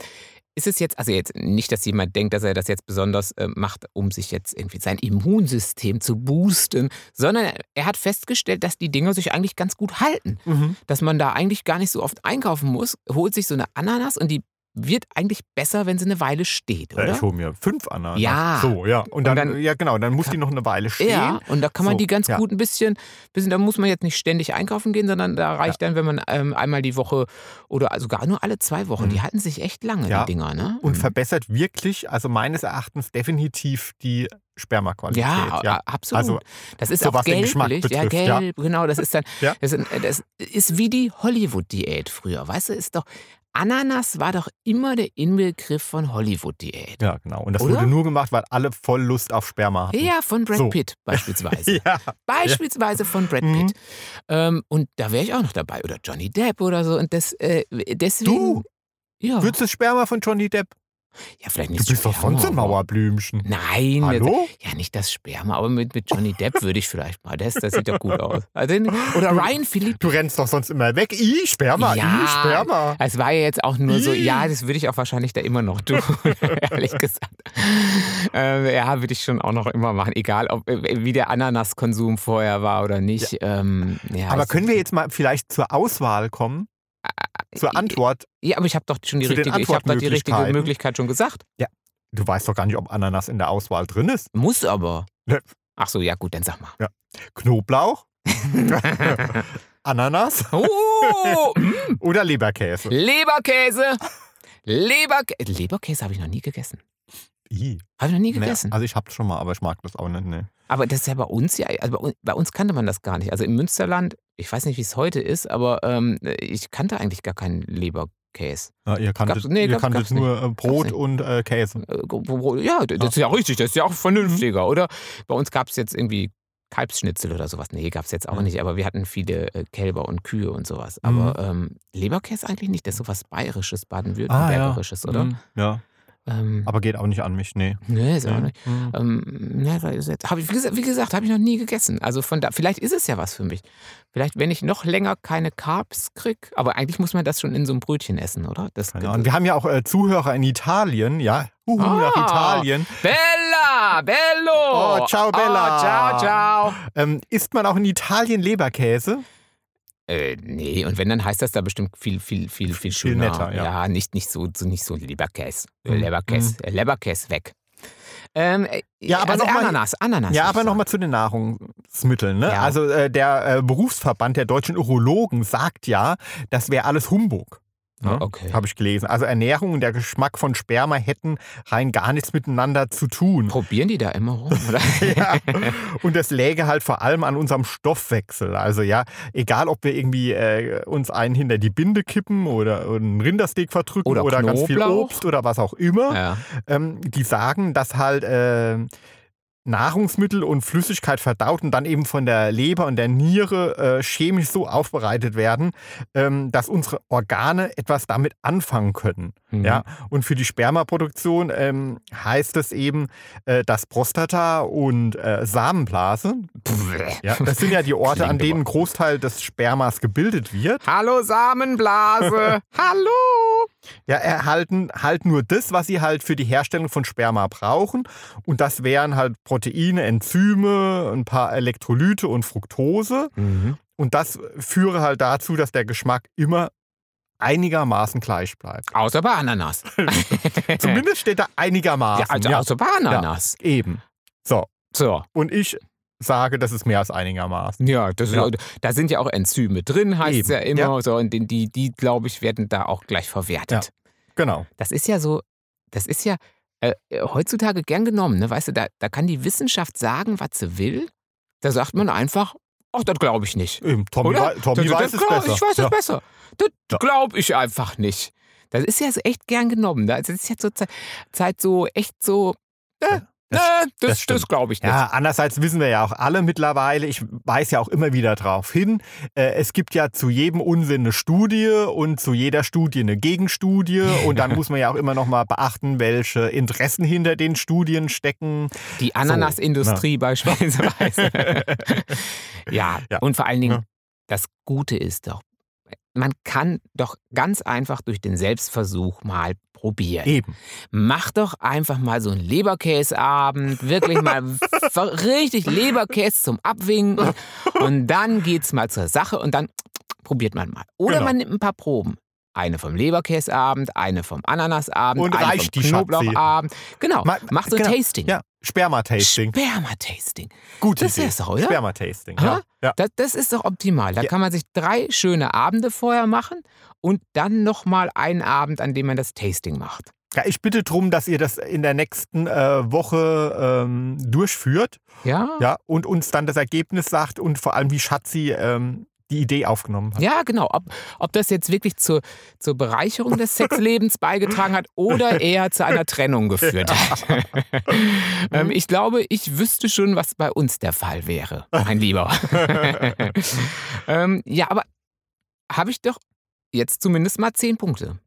ist es jetzt, also jetzt nicht, dass jemand denkt, dass er das jetzt besonders äh, macht, um sich jetzt irgendwie sein Immunsystem zu boosten, sondern er hat festgestellt, dass die Dinger sich eigentlich ganz gut halten. Mhm. Dass man da eigentlich gar nicht so oft einkaufen muss, holt sich so eine Ananas und die wird eigentlich besser, wenn sie eine Weile steht, Ja, oder? ich hole mir fünf Ananas. Ja. So, ja. Und dann, dann- ja genau, dann muss die noch eine Weile stehen. Ja, und da kann man So, die ganz ja. gut ein bisschen, bisschen, da muss man jetzt nicht ständig einkaufen gehen, sondern da reicht dann, wenn man ähm, einmal die Woche oder sogar nur alle zwei Wochen, Mhm. die halten sich echt lange, Ja. die Dinger, ne? Und Mhm. verbessert wirklich, also meines Erachtens definitiv die Spermaqualität. ja, ah. a- absolut. Also, das ist so auch was den gelblich. Geschmack ja, betrifft, ja. gelb, genau. Das ist dann, Ja. das, sind, äh, das ist wie die Hollywood-Diät früher. Weißt du, ist doch, Ananas war doch immer der Inbegriff von Hollywood-Diät. ja, genau. Und das Oder? wurde nur gemacht, weil alle voll Lust auf Sperma hatten. Ja, von Brad So. Pitt beispielsweise. Ja, Beispielsweise von Brad Mhm. Pitt. Ähm, und da wäre ich auch noch dabei. Oder Johnny Depp oder so. Und das, äh, deswegen. Du? Ja. würdest du Sperma von Johnny Depp? ja, vielleicht Du nicht bist doch Oh. Sperma, sonst ein aber- Mauerblümchen. Nein, jetzt- Hallo? ja, nicht das Sperma, aber mit, mit Johnny Depp würde ich vielleicht mal. Das, das sieht doch gut aus. Also, den- oder Ryan Philippe. Du rennst doch sonst immer weg. I, Sperma, Ja. I, Sperma. Es war ja jetzt auch nur so, Ih. ja, das würde ich auch wahrscheinlich da immer noch tun, ehrlich gesagt. Ähm, ja, würde ich schon auch noch immer machen, egal ob, äh, wie der Ananaskonsum vorher war oder nicht. Ja. Ähm, ja, Aber es- können wir jetzt mal vielleicht zur Auswahl kommen? Ah, Zur Antwort. Ja, aber ich habe doch schon die Zu den richtige, ich habe doch die richtige Antwortmöglichkeiten. Möglichkeit schon gesagt. Du weißt doch gar nicht, ob Ananas in der Auswahl drin ist. Muss aber. Ne. Ach so, ja gut, dann sag mal. Knoblauch, Ananas Oh, oder Leberkäse. Leberkäse. Leberkä Leberkäse habe ich noch nie gegessen. I. Habe ich noch nie Nee, gegessen. also ich hab's schon mal, aber ich mag das auch nicht. Nee. Aber das ist ja bei uns ja, also bei, uns- bei uns kannte man das gar nicht. Also im Münsterland, ich weiß nicht, wie es heute ist, aber ähm, ich kannte eigentlich gar keinen Leberkäse. Ja, ihr kanntet, Gab's- nee, ihr gab's- kanntet gab's nur äh, Brot nicht. und äh, Käse. Äh, wo- wo- Ja, das ist ja richtig, das ist ja auch vernünftiger, oder? Bei uns gab es jetzt irgendwie Kalbsschnitzel oder sowas. Nee, gab es jetzt auch Mhm. nicht, aber wir hatten viele äh, Kälber und Kühe und sowas. Aber ähm, Leberkäse eigentlich nicht, das ist sowas Bayerisches, Baden-Württembergerisches, oder? Ah, Mhm, Ja, Ähm, aber geht auch nicht an mich, nee. nee, ist auch Nee. nicht. Mhm. Ähm, ja, da ist jetzt, hab ich, wie gesagt, wie gesagt habe ich noch nie gegessen. Also von da, vielleicht ist es ja was für mich. Vielleicht, wenn ich noch länger keine Carbs krieg, aber eigentlich muss man das schon in so einem Brötchen essen, oder? Das, Keine Ahnung. Wir haben ja auch äh, Zuhörer in Italien, ja. Huhu, nach Ah. Italien. Bella, bello. Oh, ciao, Bella. Oh, ciao, ciao. Ähm, isst man auch in Italien Leberkäse? Äh, nee, und wenn, dann heißt das da bestimmt viel, viel, viel, viel schöner. Viel netter, ja. nicht, nicht so, so nicht so Leberkäse. Äh, Mhm. Leberkäse, äh, Leberkäse weg. Ähm, äh, Ja, aber also noch mal- Ananas, Ananas. würd ja, aber ich sagen. nochmal zu den Nahrungsmitteln. Ne? Ja. Also äh, der äh, Berufsverband der deutschen Urologen sagt ja, das wäre alles Humbug. Ne? Ah, okay. Habe ich gelesen. Also Ernährung und der Geschmack von Sperma hätten rein gar nichts miteinander zu tun. Probieren die da immer rum, oder? Ja. Und das läge halt vor allem an unserem Stoffwechsel. Also ja, egal ob wir irgendwie äh, uns einen hinter die Binde kippen oder einen Rindersteak verdrücken Oder oder, ganz viel Knoblauch. Obst oder was auch immer, ja. ähm, die sagen, dass halt äh, Nahrungsmittel und Flüssigkeit verdaut und dann eben von der Leber und der Niere äh, chemisch so aufbereitet werden, ähm, dass unsere Organe etwas damit anfangen können. Mhm. Ja, und für die Spermaproduktion ähm, heißt es eben, äh, dass Prostata und äh, Samenblase, Pff. ja, das sind ja die Orte, an Klingt denen aber- ein Großteil des Spermas gebildet wird, Hallo Samenblase. Hallo. ja, erhalten halt nur das, was sie halt für die Herstellung von Sperma brauchen. Und das wären halt Proteine, Enzyme, ein paar Elektrolyte und Fructose. Und das führe halt dazu, dass der Geschmack immer einigermaßen gleich bleibt. Außer bei Ananas. Zumindest steht da ja, einigermaßen. also ja. außer bei Ananas. Eben. So, So, Und ich sage, das ist mehr als einigermaßen. ja, das Ja. Ist, da sind ja auch Enzyme drin, heißt es Eben, ja immer. So, und die, die, die glaube ich, werden da auch gleich verwertet. Genau. Das ist ja so, das ist ja äh, äh, heutzutage gern genommen, ne? Weißt du, da, da kann die Wissenschaft sagen, was sie will. Da sagt man einfach, ach, das glaube ich nicht. Eben, Tommy, Oder? wei Tommy das, weiß das es glaub, besser. Ich weiß es ja. besser. Das Ja. glaube ich einfach nicht. Das ist ja so echt gern genommen. ne? Also Das ist ja zur Ze- Zeit so echt so. Äh, das- äh, das das, stimmt. glaube ich nicht. Ja, andererseits wissen wir ja auch alle mittlerweile, ich weise ja auch immer wieder drauf hin, äh, es gibt ja zu jedem Unsinn eine Studie und zu jeder Studie eine Gegenstudie und dann muss man ja auch immer nochmal beachten, welche Interessen hinter den Studien stecken. Die Ananasindustrie beispielsweise. ja. Ja. und vor allen Dingen, Ja. das Gute ist doch, man kann doch ganz einfach durch den Selbstversuch mal probieren. Eben. Mach doch einfach mal so einen Leberkäseabend, wirklich mal f- richtig Leberkäse zum Abwinken und dann geht's mal zur Sache und dann probiert man mal. Oder Genau. man nimmt ein paar Proben. Eine vom Leberkäseabend, eine vom Ananasabend, Und eine reicht vom die Schatzi. Knoblauchabend. Genau, Ma- mach so ein genau. Tasting. Ja, Sperma-Tasting. Sperma-Tasting. Gute Das Idee. wär's doch, oder? Sperma-Tasting, Ha? ja. ja. Das, das ist doch optimal. Da Ja. kann man sich drei schöne Abende vorher machen und dann nochmal einen Abend, an dem man das Tasting macht. ja. Ich bitte darum, dass ihr das in der nächsten äh, Woche ähm, durchführt Ja? ja, und uns dann das Ergebnis sagt und vor allem, wie Schatzi ähm, die Idee aufgenommen hat. Ja, genau. Ob, ob das jetzt wirklich zur, zur Bereicherung des Sexlebens beigetragen hat oder eher zu einer Trennung geführt hat. ähm, ich glaube, ich wüsste schon, was bei uns der Fall wäre, mein Lieber. ähm, ja, aber habe ich doch jetzt zumindest mal zehn Punkte.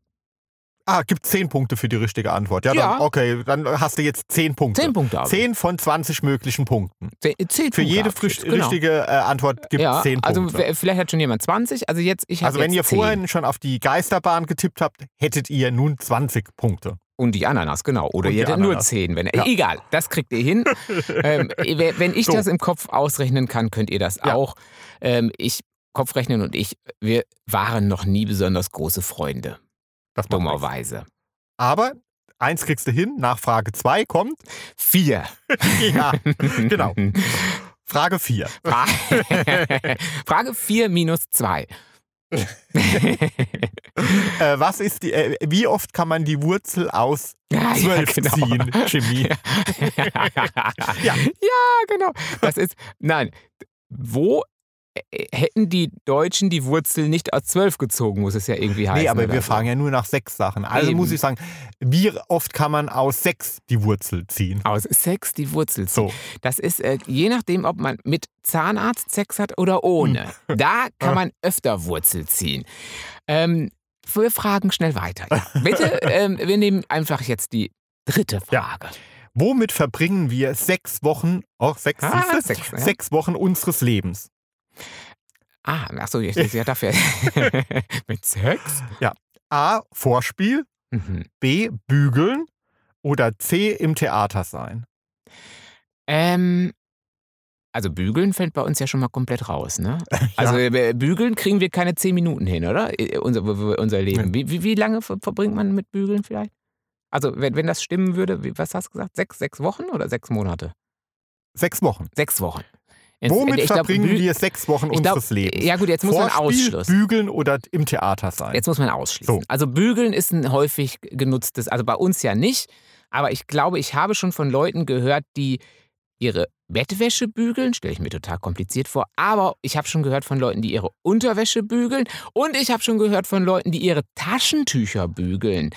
Ah, gibt zehn Punkte für die richtige Antwort. Ja, Ja. Dann, okay, dann hast du jetzt zehn Punkte. Zehn Punkte. habe ich. Zehn von 20 möglichen Punkten. Zehn, zehn Punkte Für jede habe ich frisch, jetzt, genau. richtige äh, Antwort gibt es ja, zehn Punkte. Also wer- vielleicht hat schon jemand 20. Also jetzt, ich habe Also wenn jetzt ihr 10. vorhin schon auf die Geisterbahn getippt habt, hättet ihr nun 20 Punkte. Und die Ananas, genau. Oder Und ihr die hättet nur Ananas. 10. Wenn, Ja. Egal, das kriegt ihr hin. ähm, wer- wenn ich So. das im Kopf ausrechnen kann, könnt ihr das Ja. auch. Ähm, ich, Kopfrechnen und ich, wir waren noch nie besonders große Freunde, Das macht nichts. dummerweise. Aber eins kriegst du hin, nach Frage 2 kommt. Vier. ja, genau. Frage 4. Fra- Frage 4 minus 2. Äh, was ist die, äh, wie oft kann man die Wurzel aus Ja, genau. 12 ziehen, Jimmy? ja. Ja. genau. Das ist, nein, wo äh, hätten die Deutschen die Wurzel nicht aus 12 gezogen, muss es ja irgendwie heißen. Nee, aber oder wir so. fragen ja nur nach sechs Sachen. Also ne, Eben. muss ich sagen, wie oft kann man aus sechs die Wurzel ziehen? Aus 6 die Wurzel ziehen. So, Das ist äh, je nachdem, ob man mit Zahnarzt Sex hat oder ohne. Da kann man öfter Wurzel ziehen. Ähm, wir fragen schnell weiter. Ja. Bitte, ähm, wir nehmen einfach jetzt die dritte Ja. Frage. womit verbringen wir sechs Wochen, auch sechs, Ah, siehste? sechs, ja. sechs Wochen unseres Lebens? Ah, ach so, ich ja dafür. mit Sex? A. Vorspiel, Mhm. B. Bügeln oder C. Im Theater sein. Ähm, also bügeln fällt bei uns ja schon mal komplett raus, ne? Also äh, bügeln kriegen wir keine zehn Minuten hin, oder? Äh, Unser, unser Leben. Wie, wie, wie lange ver- verbringt man mit bügeln vielleicht? Also wenn, wenn das stimmen würde, wie, was hast du gesagt? Sechs, sechs Wochen oder sechs Monate? Sechs Wochen. Sechs Wochen. Jetzt- Womit ich glaub, verbringen bü- wir sechs Wochen ich glaub, unseres Lebens? Ja gut, jetzt muss man Vorspiel, Ausschluss. Bügeln oder im Theater sein. Jetzt muss man ausschließen. So. Also bügeln ist ein häufig genutztes, also bei uns ja nicht, aber ich glaube, ich habe schon von Leuten gehört, die ihre Bettwäsche bügeln, stelle ich mir total kompliziert vor, aber ich habe schon gehört von Leuten, die ihre Unterwäsche bügeln und ich habe schon gehört von Leuten, die ihre Taschentücher bügeln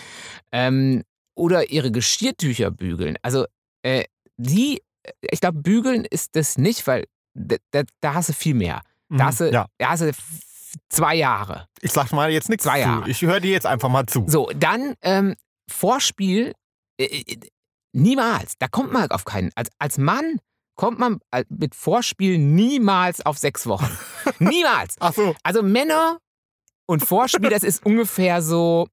ähm, oder ihre Geschirrtücher bügeln. Also äh, die, ich glaube, bügeln ist das nicht, weil da, da, da hast du viel mehr. Mhm. Da hast du, ja. da hast du f- zwei Jahre. Ich sag mal jetzt nichts Zwei zu. Jahre. Ich höre dir jetzt einfach mal zu. So, dann ähm, Vorspiel. Äh, äh, niemals. Da kommt man auf keinen. Als, als Mann kommt man äh, mit Vorspiel niemals auf sechs Wochen. niemals. Ach so, Also Männer und Vorspiel, das ist ungefähr so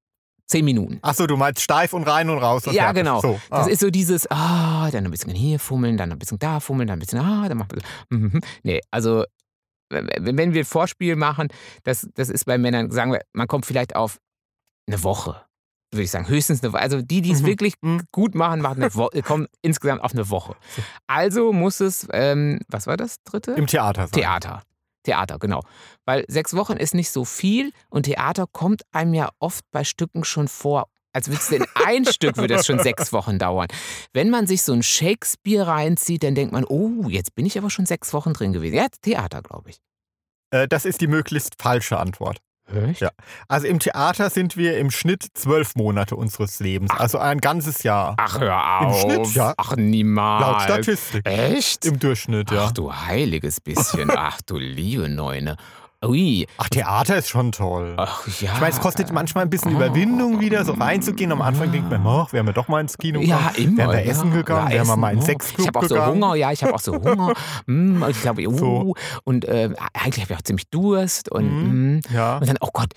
zehn Minuten. ach so, du meinst steif und rein und raus. Und Ja, fertig. genau. So, Das ah. ist so dieses, ah, dann ein bisschen hier fummeln, dann ein bisschen da fummeln, dann ein bisschen, ah, dann macht man so. mhm. Nee, also wenn wenn wir Vorspiel machen, das, das ist bei Männern, sagen wir, man kommt vielleicht auf eine Woche, würde ich sagen, höchstens eine Woche. Also die, die es Mhm. wirklich Mhm. gut machen, machen eine Wo kommen insgesamt auf eine Woche. Also muss es, ähm, was war das dritte? Im Theater sein. Theater. Theater, genau. Weil sechs Wochen ist nicht so viel und Theater kommt einem ja oft bei Stücken schon vor. Als würdest du in ein Stück würde das schon sechs Wochen dauern. Wenn man sich so ein Shakespeare reinzieht, dann denkt man, oh, jetzt bin ich aber schon sechs Wochen drin gewesen. Ja, Theater, glaube ich. Äh, das ist die möglichst falsche Antwort. Echt? Ja. Also im Theater sind wir im Schnitt zwölf Monate unseres Lebens, also ein ganzes Jahr. Ach, hör Im auf. Schnitt, ja. Ach, niemals. Laut Statistik. Echt? Im Durchschnitt, ja. Ah, Ach du heiliges bisschen. Ach du liebe Neune. Ui. Ach, Theater ist schon toll. Ach ja. Ich meine, es kostet manchmal ein bisschen Überwindung, wieder so reinzugehen. Am Anfang denkt man, ach, wären wir doch mal ins Kino gegangen. Ja, immer. Wären wir ja. essen gegangen, ja, wären wir essen, mal oh. ins Ich Sexclub habe auch so gegangen. Hunger, ja, ich habe auch so Hunger. mm, ich glaube, uh, So. und äh, eigentlich habe ich auch ziemlich Durst und, Mhm. mm. Ja. und dann, oh Gott,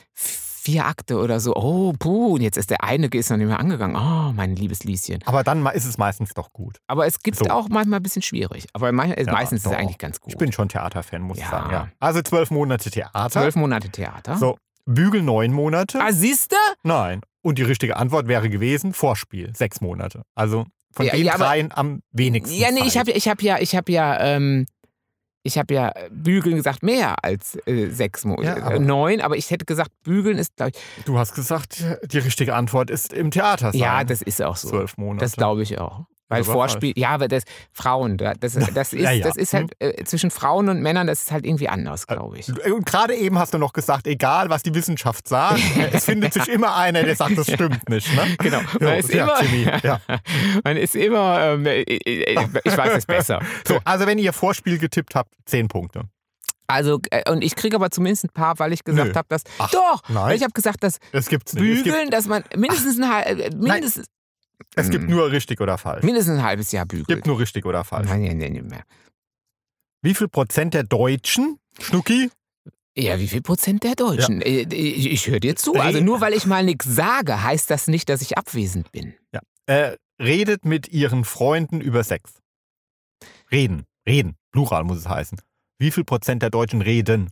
vier Akte oder so. Oh, puh, und jetzt ist der eine ist noch nicht mehr angegangen. Oh, mein liebes Lieschen. Aber dann ma- ist es meistens doch gut. Aber es gibt So. auch manchmal ein bisschen schwierig. Aber manchmal, Ja, meistens ist doch. es eigentlich ganz gut. Ich bin schon Theaterfan, muss Ja. ich sagen. Ja. Also zwölf Monate Theater. Zwölf Monate Theater. So, Bügel neun Monate. Ah, siehste? Nein. Und die richtige Antwort wäre gewesen, Vorspiel, sechs Monate. Also von Ja, den ja, aber- dreien am wenigsten. Ja, nee, ich Zeit. habe ich hab ja, ich habe ja, ähm, ich habe ja äh, bügeln gesagt mehr als äh, sechs Monate, Ja, aber- äh, neun, aber ich hätte gesagt, bügeln ist, glaube ich, Du hast gesagt, die richtige Antwort ist im Theater sein. ja, das ist auch so. Zwölf Monate. Das glaube ich auch. Weil aber Vorspiel, ja, aber das, Frauen, da- das, ist- das, ist, Ja, Hm. Äh, ja. das ist halt äh, zwischen Frauen und Männern, das ist halt irgendwie anders, glaube ich. Und gerade eben hast du noch gesagt, egal was die Wissenschaft sagt, es findet sich immer einer, der sagt, das stimmt nicht. Ne? Genau. Ja, Man ist ja, immer, Jimmy, ja. man ist immer ähm, äh, äh, äh, ich weiß es besser. So, also wenn ihr Vorspiel getippt habt, zehn Punkte. Also, äh, und ich kriege aber zumindest ein paar, weil ich Nö. gesagt habe, dass. Ach, doch! nein. Ich habe gesagt, dass Es gibt's nicht. Es gibt, bügeln, dass man mindestens ein, hal- äh, mindestens, es gibt Hm. nur richtig oder falsch. mindestens ein halbes Jahr Es gibt bügelt. nur richtig oder falsch. Nein, nein, nein, nein, mehr. Wie viel Prozent der Deutschen, Schnucki, Ja, wie viel Prozent der Deutschen? Äh, Ich, ich höre dir zu. Re- Also nur weil ich mal nichts sage, heißt das nicht, dass ich abwesend bin. äh, redet mit ihren Freunden über Sex? Reden. Reden. Plural muss es heißen. Wie viel Prozent der Deutschen reden,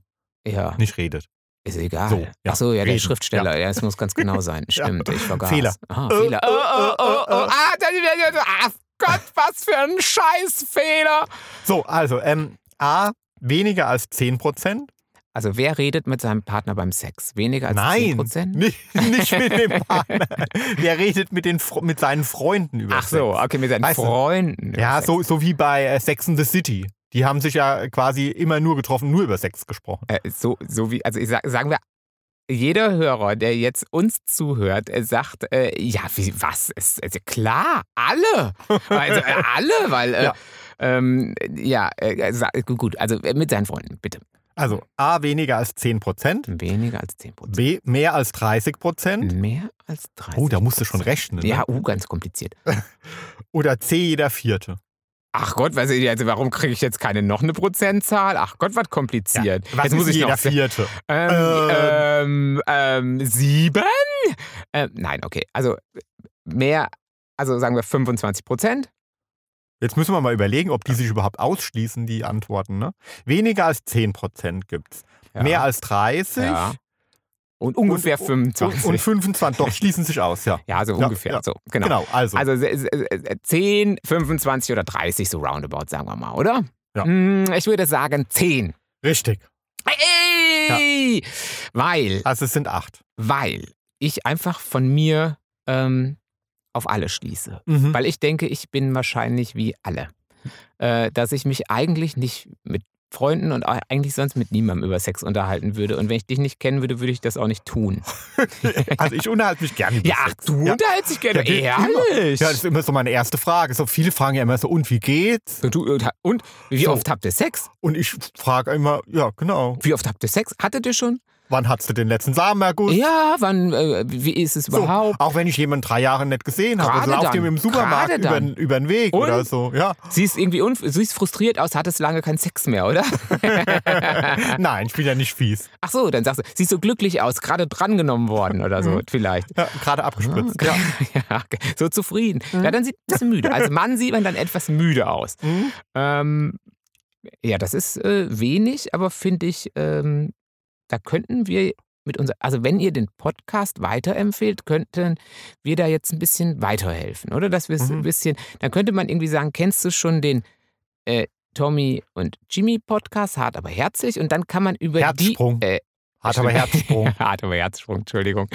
Ja, nicht redet? ist egal. So, ja, Ach so, ja, der reden, Schriftsteller, ja, es muss ganz genau sein. Ja. Stimmt, ich vergaß. Fehler. Ah, Äh, Fehler. äh, Oh, oh, oh, oh. äh, äh. Ah, das, ach Gott, was für ein Scheißfehler. So, also, ähm, A, weniger als 10 Prozent. Also wer redet mit seinem Partner beim Sex? Weniger als Nein, 10 Prozent? Nicht, nicht mit dem Partner. Der redet mit, den, Fr- mit seinen Freunden über Ach so, Sex. okay, mit seinen Weißt du, Freunden. Ja, Sex. so, so wie bei äh, Sex and the City. Die haben sich ja quasi immer nur getroffen, nur über Sex gesprochen. Äh, so, so wie, also ich sag, sagen wir, jeder Hörer, der jetzt uns zuhört, äh, sagt, äh, ja, wie, was? Es, also klar, alle. Also äh, alle, weil, äh, Ja. ja, ähm, ja äh, sa- gut, gut, also äh, mit seinen Freunden, bitte. Also A, weniger als 10 Prozent. Weniger als 10 Prozent. B, mehr als 30 Prozent. Mehr als 30 Oh, da musst du schon rechnen. Ne? Ja, uh, ganz kompliziert. Oder C, jeder Vierte. Ach Gott, was, also warum kriege ich jetzt keine noch eine Prozentzahl? Ach Gott, was kompliziert. Was jetzt ist muss ich jeder noch Vierte? Ähm, ähm, ähm, sieben? Ähm, nein, okay. Also mehr, also sagen wir 25 Prozent. Jetzt müssen wir mal überlegen, ob die sich überhaupt ausschließen, die Antworten. Ne? Weniger als 10 Prozent gibt es. Mehr als 30 Ja. Und ungefähr Und- 25. und 25. Doch, schließen sich aus, ja. ja, so Ja, ungefähr. ja. So, genau. Genau, also. Also se- se- se- 10, 25 oder 30, so roundabout, sagen wir mal, oder? Ja. Hm, Ich würde sagen 10. richtig. Ey! Weil, Also es sind 8. weil ich einfach von mir ähm, auf alle schließe. Mhm. Weil ich denke, ich bin wahrscheinlich wie alle. Äh, dass ich mich eigentlich nicht mit Freunden und auch eigentlich sonst mit niemandem über Sex unterhalten würde. Und wenn ich dich nicht kennen würde, würde ich das auch nicht tun. Also ich unterhalte mich gerne. über Ja, ach, Sex. du Ja. unterhältst dich gerne. Ja, Ehrlich. ja, das ist immer so meine erste Frage. So viele fragen ja immer so, und wie geht's? und, du, äh, und wie So. oft habt ihr Sex? Und ich frage immer, ja, genau. Wie oft habt ihr Sex? Hattet ihr schon? Wann hattest du den letzten Samenerguss? Ja, wann, äh, wie ist es So, überhaupt? auch wenn ich jemanden drei Jahre nicht gesehen habe, Also Gerade lauft dann, ihm im Supermarkt gerade über, dann. über den Weg Und? oder so. Ja. Siehst irgendwie unf siehst frustriert aus, hattest lange keinen Sex mehr, oder? Nein, ich bin ja nicht fies. Ach so, dann sagst du, siehst so glücklich aus, gerade drangenommen worden oder so, vielleicht. Ja, gerade abgespritzt. Ah, ja, so zufrieden. Ja, dann sieht ein bisschen müde. Als Mann sieht man dann etwas müde aus. Mhm. Ähm, ja, das ist äh, wenig, aber finde ich, ähm, da könnten wir mit unser, also wenn ihr den Podcast weiterempfehlt, könnten wir da jetzt ein bisschen weiterhelfen, oder? Dass wir es Mhm. ein bisschen, dann könnte man irgendwie sagen, kennst du schon den äh, Tommy und Jimmy Podcast, hart aber herzlich? Und dann kann man über die Herzsprung. äh, Hat aber Herzsprung. Hat aber Herzsprung, Entschuldigung.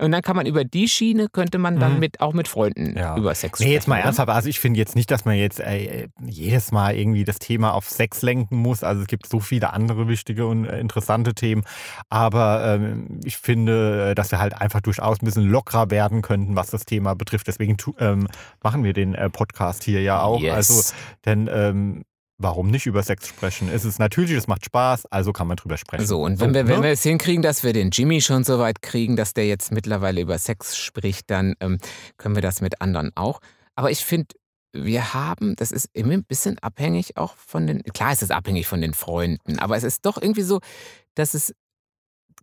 Und dann kann man über die Schiene, könnte man dann Mhm. mit, auch mit Freunden Ja. über Sex sprechen. Nee, jetzt mal oder? ernsthaft. Also ich finde jetzt nicht, dass man jetzt äh, jedes Mal irgendwie das Thema auf Sex lenken muss. Also es gibt so viele andere wichtige und äh, interessante Themen. Aber ähm, ich finde, dass wir halt einfach durchaus ein bisschen lockerer werden könnten, was das Thema betrifft. Deswegen tu, ähm, machen wir den äh, Podcast hier ja auch. Yes. Also, denn ähm, warum nicht über Sex sprechen? Es ist natürlich, es macht Spaß, also kann man drüber sprechen. So, und wenn, wir, wenn ne? wir es hinkriegen, dass wir den Jimmy schon so weit kriegen, dass der jetzt mittlerweile über Sex spricht, dann ähm, können wir das mit anderen auch. Aber ich finde, wir haben, das ist immer ein bisschen abhängig auch von den, klar es ist abhängig von den Freunden, aber es ist doch irgendwie so, dass es,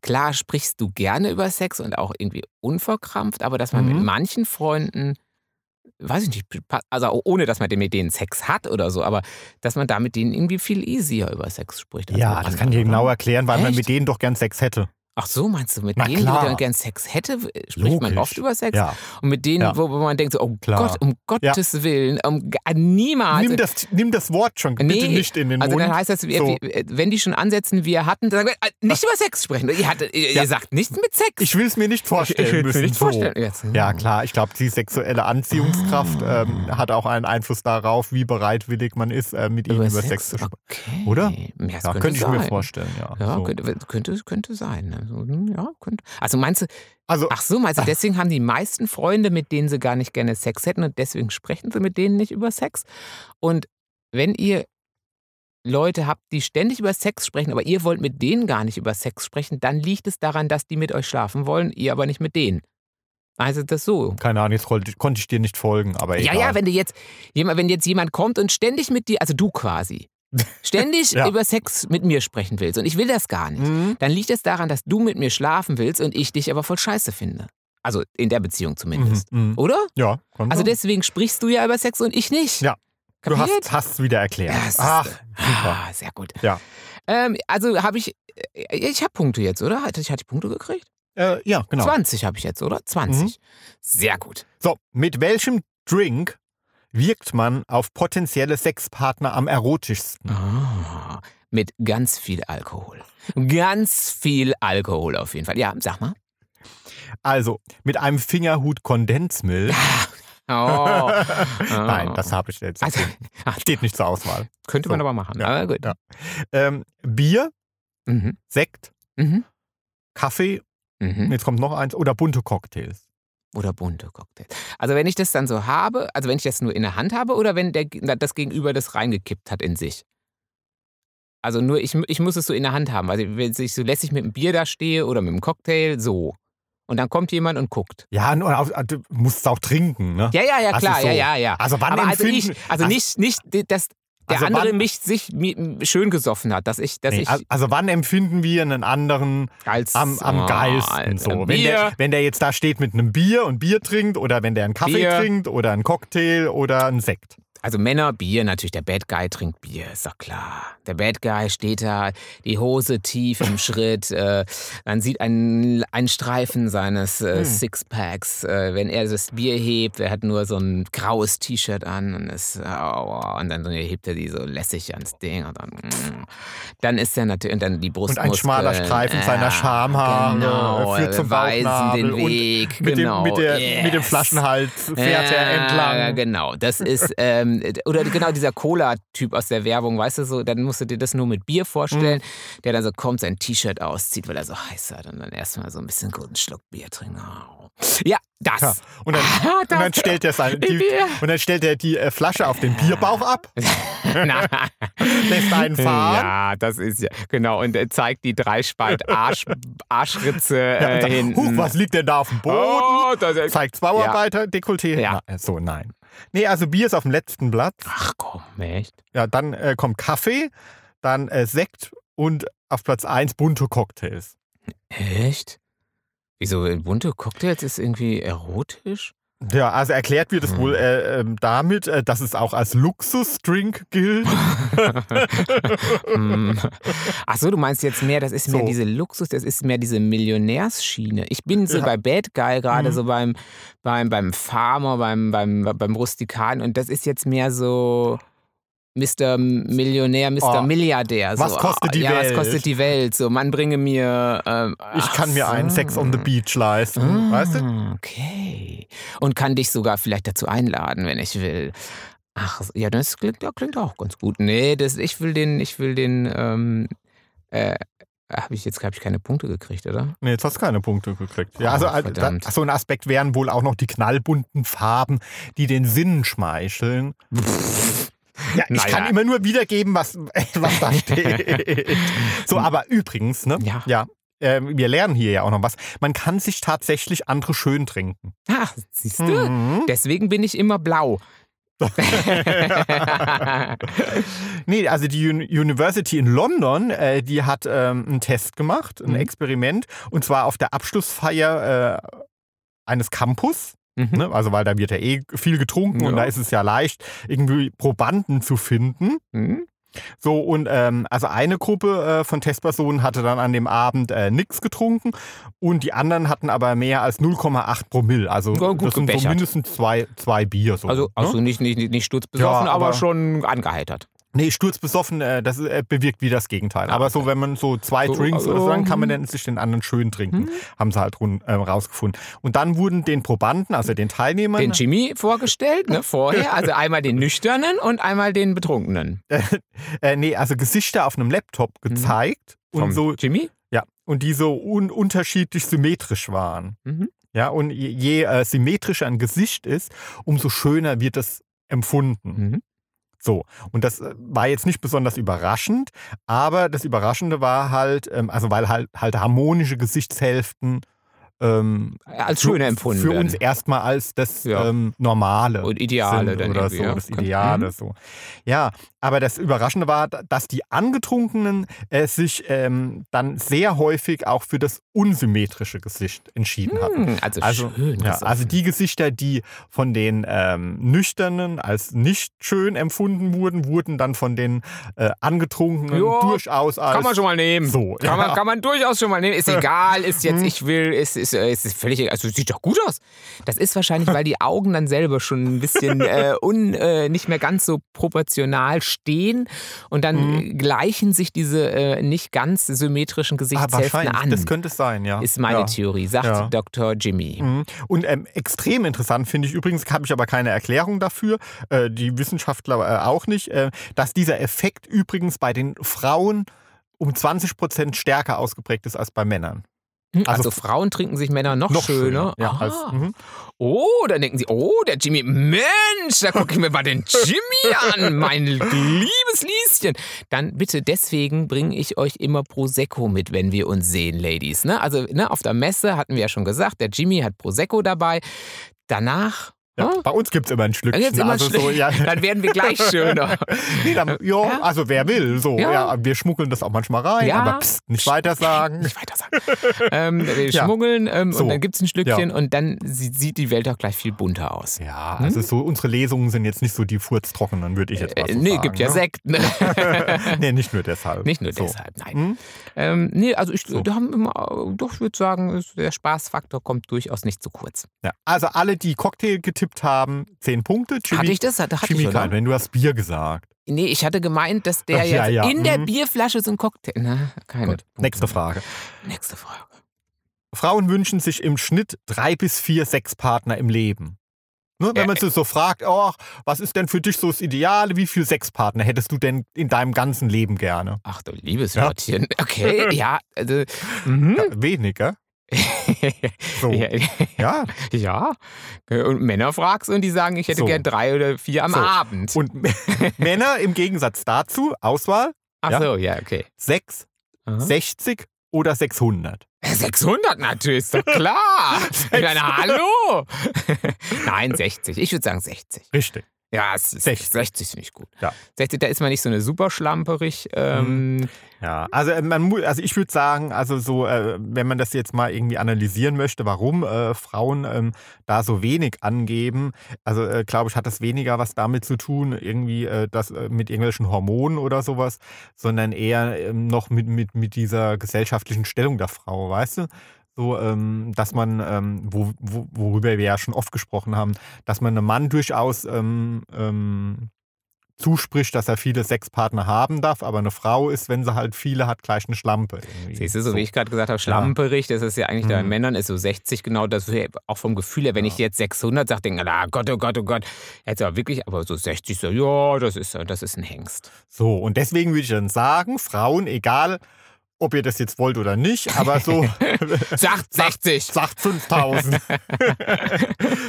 klar sprichst du gerne über Sex und auch irgendwie unverkrampft, aber dass man mit Mhm. manchen Freunden, weiß ich nicht, pa- also ohne, dass man mit denen Sex hat oder so, aber dass man da mit denen irgendwie viel easier über Sex spricht. als ja, mit das anderen, kann ich dir oder? genau erklären, weil man Echt? mit denen doch gern Sex hätte. Ach so, meinst du, mit Na denen, klar. die dann gern Sex hätte, spricht man Logisch. oft über Sex? Ja. Und mit denen, Ja. wo, wo man denkt, so, oh Klar. Gott, um Gottes Willen, um, g- niemals. Nimm das, nimm das Wort schon bitte Nee, nicht in den also Mund. dann heißt das, wir- So. wir- wenn die schon ansetzen, wir hatten, dann sagen wir, äh, nicht über Sex sprechen. Ihr, hattet, ihr, Ja. ihr sagt nichts mit Sex. Ich will es mir nicht Ich- vorstellen. ich will's mir müssen. nicht so. vorstellen. Jetzt. Ja, klar. Ich glaube, die sexuelle Anziehungskraft ähm, hat auch einen Einfluss darauf, wie bereitwillig man ist, äh, mit ihnen über Sex zu sprechen. Okay. Ja, Oder? das Ja, könnte, könnte ich mir sein. vorstellen, ja. Ja, so. könnte, könnte, könnte sein. ne? So, hm, Ja, könnte. Also meinst du, Also, Ach so, also deswegen haben die meisten Freunde, mit denen sie gar nicht gerne Sex hätten und deswegen sprechen sie mit denen nicht über Sex. Und wenn ihr Leute habt, die ständig über Sex sprechen, aber ihr wollt mit denen gar nicht über Sex sprechen, dann liegt es daran, dass die mit euch schlafen wollen, ihr aber nicht mit denen. Also das so. keine Ahnung, jetzt konnte ich- konnte ich dir nicht folgen, aber Ja, egal. ja, wenn, du jetzt, jemand, wenn jetzt jemand kommt und ständig mit dir, also du quasi, ständig Ja. über Sex mit mir sprechen willst und ich will das gar nicht Mhm. dann liegt es daran, dass du mit mir schlafen willst und ich dich aber voll scheiße finde. Also in der Beziehung Mhm. zumindest. Mhm. Oder? Ja, konnte. Oh. Also deswegen sprichst du ja über Sex und ich nicht. Ja. du Kapiert? hast es wieder erklärt. Ja, es ist- Ach, super. Ah, sehr gut. Ja. Ähm, also habe ich, äh, ich habe Punkte jetzt, oder? Hatte ich, hatte ich Punkte gekriegt? Äh, ja, genau. Mhm. 20 habe ich jetzt, oder? 20. Sehr gut. So, mit welchem Drink wirkt man auf potenzielle Sexpartner am erotischsten? Ah, mit ganz viel Alkohol. Ganz viel Alkohol auf jeden Fall. Ja, sag mal. Also, mit einem Fingerhut Kondensmilch. Oh. Nein, das habe ich jetzt. Also, Steht nicht zur Auswahl. könnte man So. aber machen. Ja. Aber gut. Ja. Ähm, Bier, Mhm. Sekt, Mhm. Kaffee, Mhm. jetzt kommt noch eins, oder bunte Cocktails. Oder bunte Cocktails. Also wenn ich das dann so habe, also wenn ich das nur in der Hand habe oder wenn der, das Gegenüber das reingekippt hat in sich. Also nur ich, ich muss es so in der Hand haben. Also wenn ich so lässig mit einem Bier da stehe oder mit einem Cocktail, so. Und dann kommt jemand und guckt. Ja, und auch, du musst es auch trinken, ne? Ja, ja, ja, Also klar, so. ja, ja, ja. Also wann Aber also empfinden... nicht, also nicht, nicht, dass der Also andere wann- mich sich mi- schön gesoffen hat, dass ich, dass Nee, ich al- also wann empfinden wir einen anderen als am, am Ah, geilsten als so? ein Wenn der, Bier. wenn der jetzt da steht mit einem Bier und Bier trinkt oder wenn der einen Kaffee Bier. trinkt oder einen Cocktail oder einen Sekt. Also Männer, Bier, natürlich, der Bad Guy trinkt Bier, ist doch klar. Der Bad Guy steht da, die Hose tief im Schritt, äh, man sieht einen, einen Streifen seines Hm. äh, Sixpacks, äh, wenn er das Bier hebt, er hat nur so ein graues T-Shirt an und ist, aua, und dann hebt er die so lässig ans Ding und dann, mm. dann ist er natürlich, und dann die Brust Und ein schmaler Streifen seiner Schamhaare genau, führt zum weisen Bauchnabel den und Weg, Mit, genau, dem, mit, der, mit dem yes. Flaschenhals fährt er Ja, entlang. genau. Das ist, ähm, oder genau dieser Cola-Typ aus der Werbung, weißt du so, dann musst du dir das nur mit Bier vorstellen, Mhm. der dann so kommt, sein T-Shirt auszieht, weil er so heiß hat und dann erstmal so ein bisschen guten Schluck Bier trinken. Au. Ja, das. Ja, und dann, Ah, und dann das- stellt er sein, die, Bier. und dann stellt er die äh, Flasche auf den Bierbauch ab, Na, lässt einen fahren. ja, das ist ja, genau. Und er zeigt die Dreispalt Arsch, Arschritze Ja, äh, und sagt, Huch, hinten. was liegt denn da auf dem Boden? Oh, das ist, Zeigt Zauberarbeiter, Dekolleté. Ja. Na, äh, so, nein. Nee, also Bier ist auf dem letzten Platz. ach komm, echt? Ja, dann äh, kommt Kaffee, dann äh, Sekt und auf Platz 1 bunte Cocktails. Echt? Wieso bunte Cocktails ist irgendwie erotisch? Ja, also erklärt wird es Hm. wohl äh, ähm, damit, äh, dass es auch als Luxusdrink gilt. Hm. Ach so, du meinst jetzt mehr, das ist mehr So. diese Luxus, das ist mehr diese Millionärsschiene. Ich bin so Ja. bei Bad Guy gerade, Mhm. so beim, beim, beim Farmer, beim, beim, beim Rustikan und das ist jetzt mehr so Mr. Millionär, Mr. Ah, Milliardär. So. was kostet die ja, Welt? was kostet die Welt? So, man bringe mir. Ähm, Ich kann mir einen Sex on the Beach leisten, Ah, weißt du? Okay. Und kann dich sogar vielleicht dazu einladen, wenn ich will. Ach, ja, das klingt, ja, klingt auch ganz gut. Nee, das, ich will den, ich will den, ähm, äh, habe ich jetzt, glaube ich, keine Punkte gekriegt, oder? Nee, jetzt hast du keine Punkte gekriegt. Ja, Oh, also äh, da, verdammt. so ein Aspekt wären wohl auch noch die knallbunten Farben, die den Sinn schmeicheln. Ja, ich Naja. kann immer nur wiedergeben, was, was da steht. so, aber übrigens, ne? Ja. ja ähm, wir lernen hier ja auch noch was. Man kann sich tatsächlich andere schön trinken. Ach, siehst du? Mhm. Deswegen bin ich immer blau. Nee, also die Un University in London, äh, die hat ähm, einen Test gemacht, ein Mhm. Experiment, und zwar auf der Abschlussfeier äh, eines Campus. Mhm. Ne? Also, weil da wird ja eh viel getrunken und Ja. da ist es ja leicht, irgendwie Probanden zu finden. Hm? So, und ähm, also eine Gruppe äh, von Testpersonen hatte dann an dem Abend äh, nichts getrunken und die anderen hatten aber mehr als 0,8 Promille. Also, Ja, gut das sind so gebechert. mindestens zwei, zwei Bier. So, Also, ne? also nicht, nicht, nicht, nicht sturzbesoffen, Ja, aber, aber- schon angeheitert. Nee, sturzbesoffen, äh, das äh, bewirkt wie das Gegenteil. Ah, Aber so, wenn man so zwei So, Mhm. Drinks oder so, also, dann kann man hm. dann sich den anderen schön trinken. Haben sie halt run, äh, rausgefunden. Und dann wurden den Probanden, also den Teilnehmern, Den Jimmy vorgestellt, ne, vorher. Also einmal den Nüchternen und einmal den Betrunkenen. äh, nee, also Gesichter auf einem Laptop gezeigt Mhm. Vom und so, Jimmy? ja, und die so un unterschiedlich symmetrisch waren. Mhm. Ja, und je, je äh, symmetrischer ein Gesicht ist, umso schöner wird es empfunden. Mhm. So, und das äh, war jetzt nicht besonders überraschend, aber das Überraschende war halt, ähm, also weil halt, halt harmonische Gesichtshälften ähm, Als für- schöner empfunden Für werden. uns erstmal als das Ja. ähm, Normale. Und Ideale sind dann oder irgendwie, so, ja. das Kann- Ideale Mhm. so. Ja, aber das Überraschende war, dass die Angetrunkenen äh, sich ähm, dann sehr häufig auch für das unsymmetrische Gesicht entschieden hatten. Hm, Also, Also, schön. ja, gesoffen. also die Gesichter, die von den ähm, Nüchternen als nicht schön empfunden wurden, wurden dann von den äh, Angetrunkenen Ja, durchaus als kann man schon mal nehmen. So, kann, man, ja. Mhm. kann man durchaus schon mal nehmen. Ist egal, ist jetzt, ich will, ist, ist, äh, ist, ist völlig egal. Also sieht doch gut aus. Das ist wahrscheinlich, weil die Augen dann selber schon ein bisschen äh, un, äh, nicht mehr ganz so proportional stehen und dann äh, gleichen sich diese äh, nicht ganz symmetrischen Mhm. Ah, Gesichtshälften wahrscheinlich, an. das könnte es sein, ja. ist meine ja. Theorie, sagt Ja. Dr. Jimmy. Mhm. Und ähm, extrem interessant finde ich übrigens, habe ich aber keine Erklärung dafür, äh, die Wissenschaftler äh, auch nicht, äh, dass dieser Effekt übrigens bei den Frauen um 20 Prozent stärker ausgeprägt ist als bei Männern. Hm, Also, also- Frauen trinken sich Männer noch, Noch schöner. Ja, Ah. als, mhm. Oh, dann denken sie, oh, der Jimmy, Mensch, da gucke ich mir mal den Jimmy an, mein liebes Lieschen. Dann bitte, deswegen bringe ich euch immer Prosecco mit, wenn wir uns sehen, Ladies. Ne? Also ne, auf der Messe hatten wir ja schon gesagt, der Jimmy hat Prosecco dabei. Danach, ja, hm? bei uns gibt es immer ein Schlückchen. dann, gibt's immer also Schli- so, ja. dann werden wir gleich schöner. Nee, dann, jo, Äh, Ja. also wer will, so. Ja. Ja. wir schmuggeln das auch manchmal rein, Ja. aber pst, nicht weiter sagen. Nicht weiter sagen. ähm, wir Ja. schmuggeln ähm, So. und dann gibt es ein Stückchen und dann sie- sieht die Welt auch gleich viel bunter aus. Ja, also so, unsere Lesungen sind jetzt nicht so die furztrockenen, würde ich jetzt mal so Hm? Äh, nee, sagen. gibt ja ne? Sekt. Ne? nee, nicht nur deshalb. Nicht nur So. deshalb, nein. Hm? Ähm, nee, also ich, So. da haben immer, äh, doch, ich würde sagen, es- der Spaßfaktor kommt durchaus nicht zu kurz. Ja. Also alle, die Cocktail getippt haben, 10 Punkte. Jimmy, hatte ich das? Hatte, hatte Jimmy ich, ne? oder? Kahn, wenn du hast Bier gesagt. Nee, ich hatte gemeint, dass der Ach, ja, jetzt ja, in der mhm. Bierflasche so ein Cocktail. Na, keine. Gut. Nächste Frage. Nächste Frage. Frauen wünschen sich im Schnitt drei bis vier Sexpartner im Leben. Ne, wenn Ä- man sie so fragt, oh, was ist denn für dich so das Ideale? Wie viele Sexpartner hättest du denn in deinem ganzen Leben gerne? Ach du liebes Ja. Lottchen. Okay, ja. Also, mhm. Ja, weniger. So. ja, Ja. ja. Und Männer fragst und die sagen, ich hätte So. gern drei oder vier am So. Abend. Und Männer im Gegensatz dazu, Auswahl Ach so, ja, okay. 6, Aha. 60 oder 600. 600 natürlich, ist doch klar. ich meine, hallo. Nein, 60. Ich würde sagen 60. Richtig. Ja, es ist, 60. 60. 60 finde ich gut. Ja. 60, da ist man nicht so eine super schlamperig. Ähm, Ja, also äh, man mu- also ich würde sagen, also so, äh, wenn man das jetzt mal irgendwie analysieren möchte, warum äh, Frauen ähm, da so wenig angeben, also äh, glaube ich, hat das weniger was damit zu tun, irgendwie äh, das äh, mit irgendwelchen Hormonen oder sowas, sondern eher ähm, noch mit, mit, mit dieser gesellschaftlichen Stellung der Frau, weißt du? So, ähm, dass man, ähm, wo, wo, worüber wir ja schon oft gesprochen haben, dass man einem Mann durchaus ähm, ähm, zuspricht, dass er viele Sexpartner haben darf, aber eine Frau ist, wenn sie halt viele hat, gleich eine Schlampe. irgendwie. Siehst du, so, wie ich gerade gesagt habe, schlamperig, das ist ja eigentlich bei Mhm. Männern ist so 60 genau, das wäre auch vom Gefühl her, wenn ich jetzt 600 sage, denke ich, ah Gott, oh Gott, oh Gott. Jetzt aber wirklich, aber so 60, so, ja, das ist, das ist ein Hengst. So, und deswegen würde ich dann sagen, Frauen, egal ob ihr das jetzt wollt oder nicht, aber so Sagt 60! sagt 5000.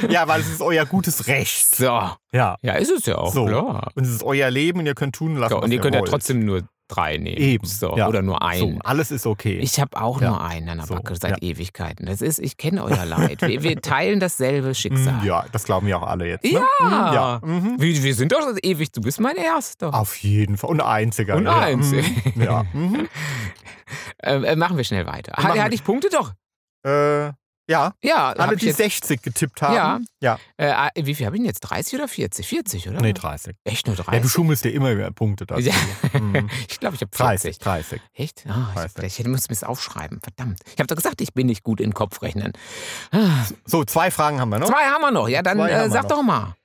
ja, weil es ist euer gutes Recht. So, Ja. ja, ist es ja auch, So. klar. Und es ist euer Leben und ihr könnt tun und lassen, So, was und ihr könnt ja wollt. trotzdem nur drei nehmen. Eben, So, ja. Oder nur einen. So, alles ist okay. Ich habe auch Ja. nur einen an der So, Backe seit Ewigkeiten. Das ist, ich kenne euer Leid. Wir, wir teilen dasselbe Mm, Schicksal. ja, das glauben ja auch alle jetzt. Ne? Ja. Mm, ja. Mhm. Wir, wir sind doch schon ewig. Du bist mein Erster. Auf jeden Fall. Und einziger. Und ja. einzig. Mm, Ja. Mhm. Ähm, äh, machen wir schnell weiter. Machen Hatte, wir. hatte ich Punkte doch? Äh, ja. Ja. hab Alle, ich die jetzt, 60 getippt haben. Ja. äh, äh, wie viel habe ich denn jetzt? 30 oder 40? 40, oder? Nee, 30. Echt nur Ja, du 30? schummelst dir immer mehr Punkte dazu. Ja. Mhm. ich glaube, ich habe 30. 40. 30. Echt? Ah, ich, 30. ich hätte muss mir das aufschreiben. Verdammt. Ich habe doch gesagt, ich bin nicht gut in Kopfrechnen. Ah, So, zwei Fragen haben wir noch. Zwei haben wir noch. Ja, dann Zwei haben äh, wir sag noch. doch mal.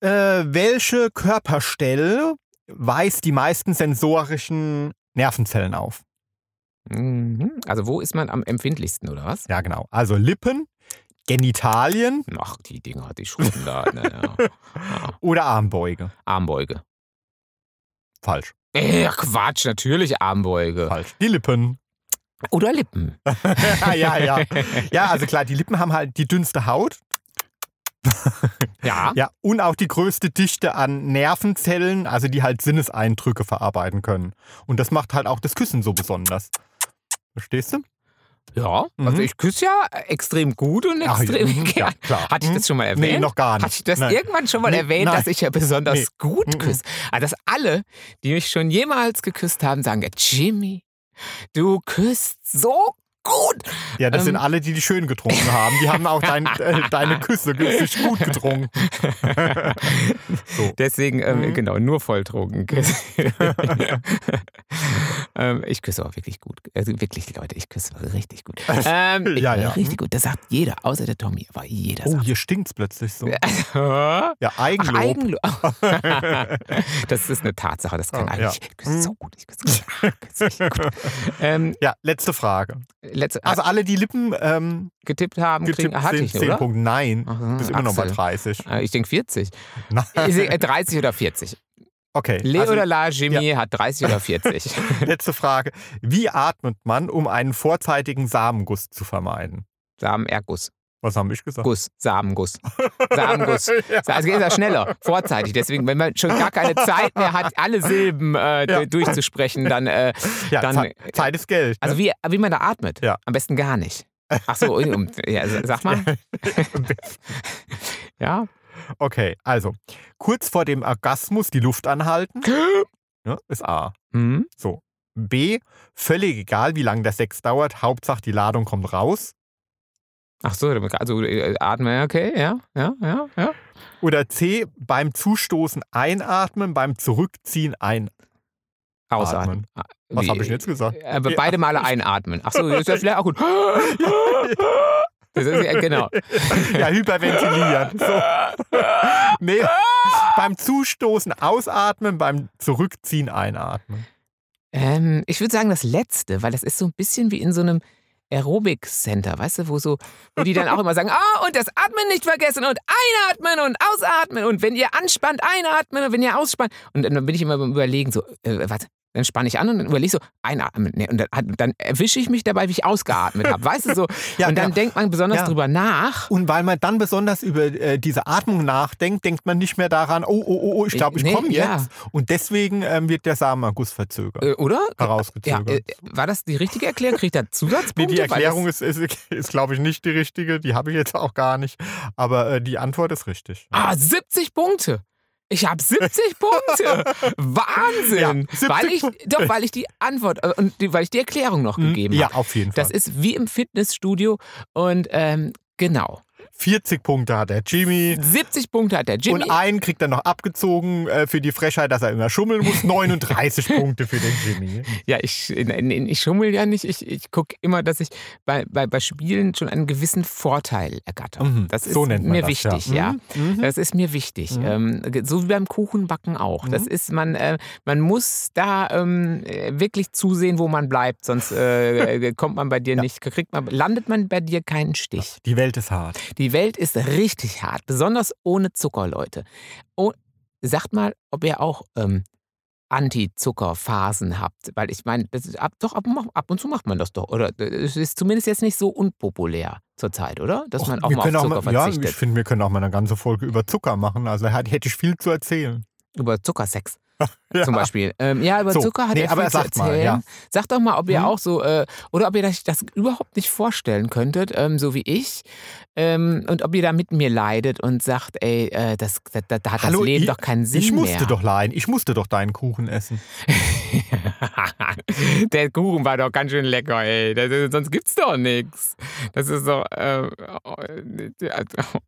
Äh, welche Körperstelle weist die meisten sensorischen Nervenzellen auf? Mhm. Also, wo ist man am empfindlichsten, oder was? Ja, genau. Also Lippen, Genitalien Ach, die Dinger, die Schrubben da. Naja. Ja. oder Armbeuge. Armbeuge. Falsch. Äh, Quatsch, natürlich Armbeuge. Falsch. Die Lippen. Oder Lippen. ja, ja. Ja, also klar, die Lippen haben halt die dünnste Haut. Ja. Ja, und auch die größte Dichte an Nervenzellen, also die halt Sinneseindrücke verarbeiten können. Und das macht halt auch das Küssen so besonders. Verstehst du? Ja. Mhm. Also, ich küsse ja extrem gut und Ach, extrem mhm, gern. klar. Hatte ich das schon mal erwähnt? Nee, noch gar nicht. Hatte ich das Nein. irgendwann schon mal Nee, erwähnt, dass nein. ich ja besonders Nee. gut Mhm. küsse? Also, dass alle, die mich schon jemals geküsst haben, sagen, ja, Jimmy, du küsst so gut. Ja, das sind Ähm. alle, die die schön getrunken haben. Die haben auch dein, äh, deine Küsse richtig gut getrunken. so. Deswegen, ähm, Mhm. genau, nur volltrunken küssen. ähm, ich küsse auch wirklich gut. Also wirklich, Leute, ich küsse richtig gut. Ähm, ich Ja, ja. Richtig gut. Das sagt jeder, außer der Tommy. Aber jeder Oh, sagt. hier stinkt's plötzlich so. Ach, Ja, Eigenlob. Eigenlob. das ist eine Tatsache, das kann Ah, eigentlich. ja. Ich küsse so gut, ich küsse ah, ich küsse richtig gut. Ähm, ja, letzte Frage. letzte, Also alle, die Lippen ähm, äh, getippt haben, getippt kriegen, hatte sind, ich, 10 oder? Punkte. Nein, Aha, du bist immer noch bei Axel. 30. Äh, Ich denke 40. Ich seh, Nein. äh, 30 oder 40. Okay, Le also oder La Jimmy hat 30 oder 40. letzte Frage. Wie atmet man, um einen vorzeitigen Samenguss zu vermeiden? Samenerguss. Was haben ich gesagt? äh, Guss, Samenguss. Samenguss. Ja. Also geht ja schneller, vorzeitig. Deswegen, wenn man schon gar keine Zeit mehr hat, alle Silben äh, Ja. durchzusprechen, dann. Äh, Ja, dann- Ze- Zeit ist Geld. ne? also, wie, wie man da atmet. Ja. Am besten gar nicht. Ach so, um, ja, sag mal. ja. Okay, also kurz vor dem Orgasmus die Luft anhalten. Ja, ist A. Hm? So. B. Völlig egal, wie lange der Sex dauert. Hauptsache, die Ladung kommt raus. Ach so, also äh, atmen, okay, ja, ja, ja, ja. Oder C. Beim Zustoßen einatmen, beim Zurückziehen einatmen. Ausatmen. Ah, Was Wie- habe ich jetzt gesagt? Äh, Aber beide Male einatmen. Ach so, das ist ja vielleicht auch gut. Das ist, ja- genau. Ja, hyperventilieren. So. Nee. Beim Zustoßen ausatmen, beim Zurückziehen einatmen. Ähm, ich würde sagen, das letzte, weil das ist so ein bisschen wie in so einem Aerobic-Center, weißt du, wo so, wo die dann auch immer sagen, ah, und das Atmen nicht vergessen und einatmen und ausatmen und wenn ihr anspannt, einatmen und wenn ihr ausspannt. Und dann bin ich immer beim Überlegen so, äh, warte, dann spanne ich an und dann überlege ich so, einatmen. Nee, und dann, dann erwische ich mich dabei, wie ich ausgeatmet habe, weißt du, so. Ja, und dann genau. denkt man besonders Ja. drüber nach. Und weil man dann besonders über äh, diese Atmung nachdenkt, denkt man nicht mehr daran, oh, oh, oh, oh ich glaube, ich Äh, Nee, komme jetzt. ja. Und deswegen ähm, wird der Samenerguss verzögert, Äh, Oder? Ja, herausgezögert. äh, war das die richtige Erklärung? Kriegt er Nee, Zusatzpunkte? die Weil Erklärung ist, ist, ist glaube ich, nicht die richtige. Die habe ich jetzt auch gar nicht. Aber äh, die Antwort ist richtig. Das, ah, 70 Punkte. Ich habe 70 Punkte. Wahnsinn. Ja, 70 weil ich, doch, weil ich die Antwort äh, und die, weil ich die Erklärung noch gegeben Mhm. ja, habe. auf jeden Fall. Das ist wie im Fitnessstudio und ähm, genau. 40 Punkte hat der Jimmy. 70 Punkte hat der Jimmy. Und einen kriegt er noch abgezogen äh, für die Frechheit, dass er immer schummeln muss. 39 Punkte für den Jimmy. Ja, ich, nein, nein, ich schummel ja nicht. Ich, ich gucke immer, dass ich bei, bei, bei Spielen schon einen gewissen Vorteil ergatter. Mhm, Das ist so nennt man mir das, wichtig, ja. ja. Mhm, mhm. Das ist mir wichtig. Ähm, ge- so wie beim Kuchenbacken auch. Mhm. Das ist, man, äh, man muss da ähm, äh, wirklich zusehen, wo man bleibt, sonst äh, äh, kommt man bei dir nicht, kriegt man, landet man bei dir keinen Stich. Die Welt ist hart. Die Welt ist richtig hart, besonders ohne Zucker, Leute. Oh, sagt mal, ob ihr auch ähm, Anti-Zucker-Phasen habt. Weil ich meine, das ist ab, doch ab, und- ab und zu macht man das doch. Oder äh, es ist zumindest jetzt nicht so unpopulär zurzeit, oder? Dass Och, man auch wir mal auf können Zucker mal, ja, ich verzichtet. finde, wir können auch mal eine ganze Folge über Zucker machen. Also hat- hätte ich viel zu erzählen. Über Zuckersex Ja. zum Beispiel. Ähm, ja, über So, Zucker hat nee, er aber viel zu sagt mal, erzählen. ja. Sagt doch mal, ob ihr Hm? auch so, äh, oder ob ihr euch das überhaupt nicht vorstellen könntet, ähm, so wie ich. Ähm, und ob ihr da mit mir leidet und sagt, ey, äh, das, da, da da hat Hallo, das Leben ich- doch keinen Sinn ich musste mehr. doch leiden. Ich musste doch deinen Kuchen essen. Der Kuchen war doch ganz schön lecker, ey. Das, ist- sonst gibt's doch nichts. Das ist doch. Äh, oh,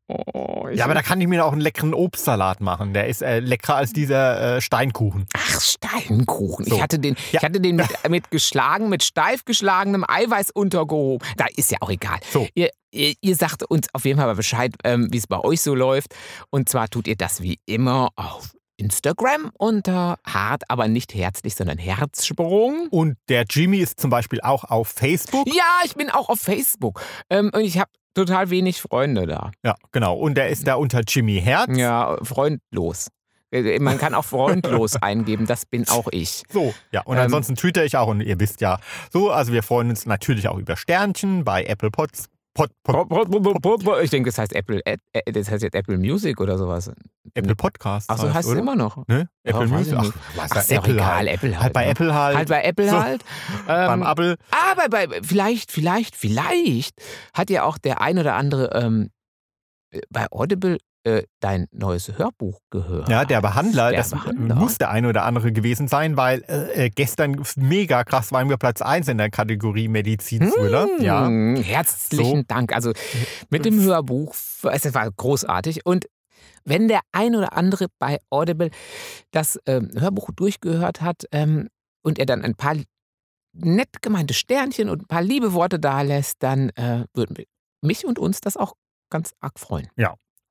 oh, oh, ich- Ja, aber da kann ich mir auch einen leckeren Obstsalat machen. Der ist äh, leckerer als dieser äh, Steinkuchen. Ach, Steinkuchen. So. Ich hatte den, ich Ja. hatte den mit, mit geschlagen, mit steif geschlagenem Eiweiß untergehoben. Da ist ja auch egal. So. Ihr, ihr, ihr sagt uns auf jeden Fall mal Bescheid, ähm, wie es bei euch so läuft. Und zwar tut ihr das wie immer auf Instagram unter hart, aber nicht herzlich, sondern Herzsprung. Und der Jimmy ist zum Beispiel auch auf Facebook. Ja, ich bin auch auf Facebook. Ähm, und ich habe total wenig Freunde da. Ja, genau. Und der ist da unter Jimmy Herz. Ja, freundlos. Äh, Man kann auch freundlos eingeben, das bin auch ich. So, ja. Und Ähm. ansonsten twitter ich auch und ihr wisst ja so, also wir freuen uns natürlich auch über Sternchen bei Apple Pods. Pod, Pod, Ich denke, das heißt Apple, Ad- äh, das heißt jetzt Apple Music oder sowas. Apple Podcasts. Ach so, heißt es oder? immer noch. Ne? Ja, weiß Apple Music. ich Ach, nicht. was Ach, ist ja ja auch egal, Halt. Apple halt. halt bei ne? Apple halt. Halt bei Apple So. halt. Beim Ähm, Apple. aber bei, vielleicht, vielleicht, vielleicht hat ja auch der ein oder andere ähm, äh, bei Audible äh, dein neues Hörbuch gehört. Ja, der Behandler, Der das Behandler. muss der eine oder andere gewesen sein, weil äh, äh, gestern f- mega krass waren wir Platz 1 in der Kategorie Medizin-Thriller. Hm, Ja. Äh, Herzlichen Dank. Also mit dem Hörbuch, es war großartig. Und wenn der ein oder andere bei Audible das ähm, Hörbuch durchgehört hat ähm, und er dann ein paar nett gemeinte Sternchen und ein paar liebe Worte da lässt, dann äh, würden wir mich und uns das auch ganz arg freuen.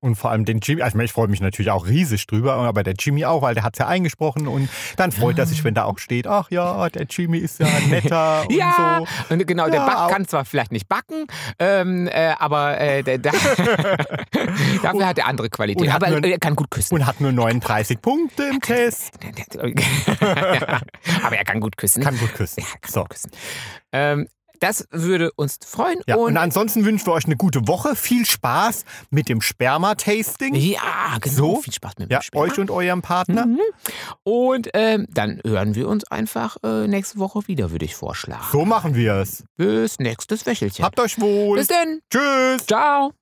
Und vor allem den Jimmy, also ich meine, ich freue mich natürlich auch riesig drüber, aber der Jimmy auch, weil der hat es ja eingesprochen und dann freut er sich, wenn da auch steht, ach ja, der Jimmy ist ja netter und Ja, so. und genau, der Ja, Back auch. kann zwar vielleicht nicht backen, ähm, äh, aber äh, der, der, dafür hat er andere Qualitäten. und hat Aber nur- er kann gut küssen. Und hat nur 39 Punkte im Test. Aber er kann gut küssen. Kann gut küssen. ja, kann So. gut küssen. Ähm, das würde uns freuen. Ja, und, und ansonsten wünschen wir euch eine gute Woche. Viel Spaß mit dem Sperma-Tasting. ja, genau. So? Viel Spaß mit dem Ja, Spiel. euch und eurem Partner. Mhm. Und ähm, dann hören wir uns einfach äh, nächste Woche wieder, würde ich vorschlagen. So machen wir es. Bis nächstes Wäschelchen. Habt euch wohl. Bis denn. Tschüss. Ciao.